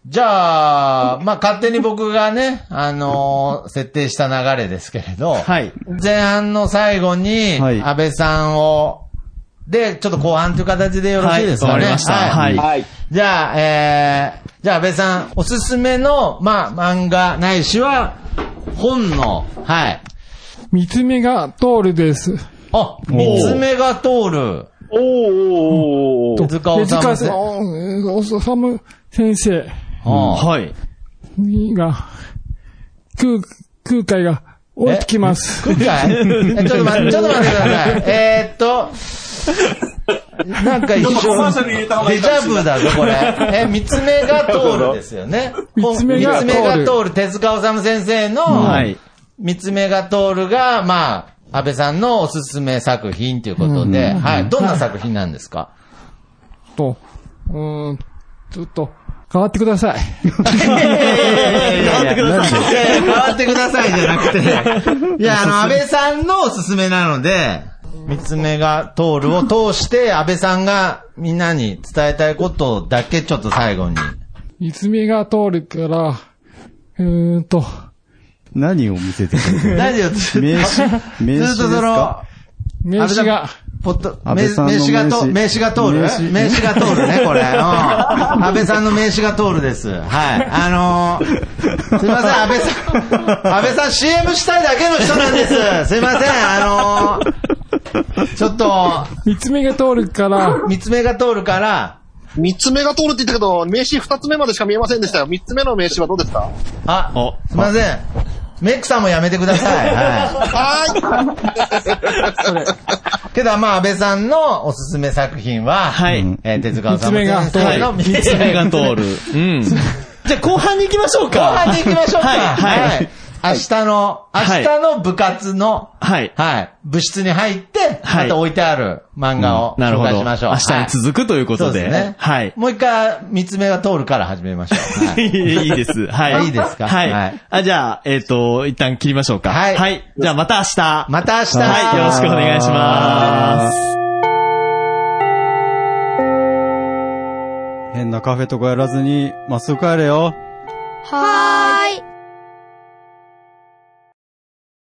Speaker 5: じゃあ、まあ、勝手に僕がね、あのー設定した流れですけれど、前半の最後に、安倍さんを、で、ちょっと後半という形でよろしいですかね。
Speaker 3: はいわかりましたはい
Speaker 5: じゃあ、えー、じゃあ安倍さん、おすすめの、まあ、漫画ないしは、本の、はい。
Speaker 14: 三つ目が通るです。
Speaker 5: あ、三つ目が通る。
Speaker 6: おーおーおー
Speaker 5: 手塚治虫
Speaker 14: 手
Speaker 5: 先
Speaker 14: 塚治虫先生
Speaker 3: はい。
Speaker 14: が、空、空海が追いつきます。
Speaker 5: 空海 えちょっと待って、ちょっと待ってください。えーっと、なんか
Speaker 7: ち
Speaker 5: 一
Speaker 7: ょっとコマーシャル入れた方
Speaker 5: 緒、
Speaker 7: がい
Speaker 5: デ
Speaker 7: い
Speaker 5: ジ
Speaker 7: かもしれ
Speaker 5: ャブ
Speaker 7: ない
Speaker 5: だぞ、これ。え、三つ目が通るですよね。
Speaker 14: 三つ目
Speaker 5: 三
Speaker 14: が
Speaker 5: つ
Speaker 14: 通
Speaker 5: 目が
Speaker 14: る。
Speaker 5: 通る、手塚治虫先生の、三つ目が通るが、まあ、安倍さんのおすすめ作品ということで、
Speaker 14: うん
Speaker 5: はい。どんな作品なんですか
Speaker 14: と、うーん、ちょっと、変わってください。
Speaker 5: 変わってくださいやいや。変わってくださいじゃな くて。いや、あの、安倍さんのおすすめなので、三つ目が通るを通して、安倍さんがみんなに伝えたいことだけちょっと最後に。
Speaker 14: 三つ目が通るから、うーんと、
Speaker 4: 何を見せてくれる
Speaker 5: 何を ずっと
Speaker 4: 名刺名刺です
Speaker 5: ずっとその
Speaker 4: か
Speaker 14: 名刺が、
Speaker 5: ポット、
Speaker 4: 安
Speaker 5: 名
Speaker 4: 倍
Speaker 5: 名
Speaker 4: さんの
Speaker 5: 刺がと、名
Speaker 4: 名
Speaker 5: 刺
Speaker 4: 刺
Speaker 5: が通る
Speaker 4: 名
Speaker 5: 名
Speaker 4: 刺
Speaker 5: 刺が通るね、 これ。うん安倍さんの名刺が通るです。はい。あの ーすいません、安倍さん、安倍さん CM したいだけの人なんです。すいません、あのーちょっと、
Speaker 14: 三つ目が通るから、
Speaker 5: 三つ目が通るから、
Speaker 12: 三つ目が通るって言ったけど、名刺二つ目までしか見えませんでしたよ。三つ目の名刺はどうですか
Speaker 5: あ、すいません。メックさんもやめてください。はい。けど、まあ、安倍さんのおすすめ作品は、はい。えー手塚治虫先生の
Speaker 3: 三つ目が通る。うん。 じゃあ後半に行きましょうか。
Speaker 5: 後半に行きましょうか。
Speaker 3: はい
Speaker 5: は。
Speaker 3: はい
Speaker 5: 明日の、明
Speaker 3: はい
Speaker 5: 日の部活の、
Speaker 3: はい。
Speaker 5: はい。部室に入って、
Speaker 3: はい
Speaker 5: また置いてある漫画を
Speaker 3: うんなる
Speaker 5: 紹
Speaker 3: ほど
Speaker 5: 介しましょう。
Speaker 3: 明日に続くということで
Speaker 5: はいそうすね
Speaker 3: はい
Speaker 5: もう一回、三つ目が通るから始めましょ う。はい
Speaker 3: いいです。はい。
Speaker 5: いいですか
Speaker 3: はい。
Speaker 5: は
Speaker 3: あ、じゃあ、えっ、と、一旦切りましょうか。はい。じゃあ、また明日。
Speaker 5: また明日
Speaker 3: はい。よろしくお願いします。
Speaker 4: 変なカフェとかやらずに、まっすぐ帰れよ。
Speaker 15: はーい。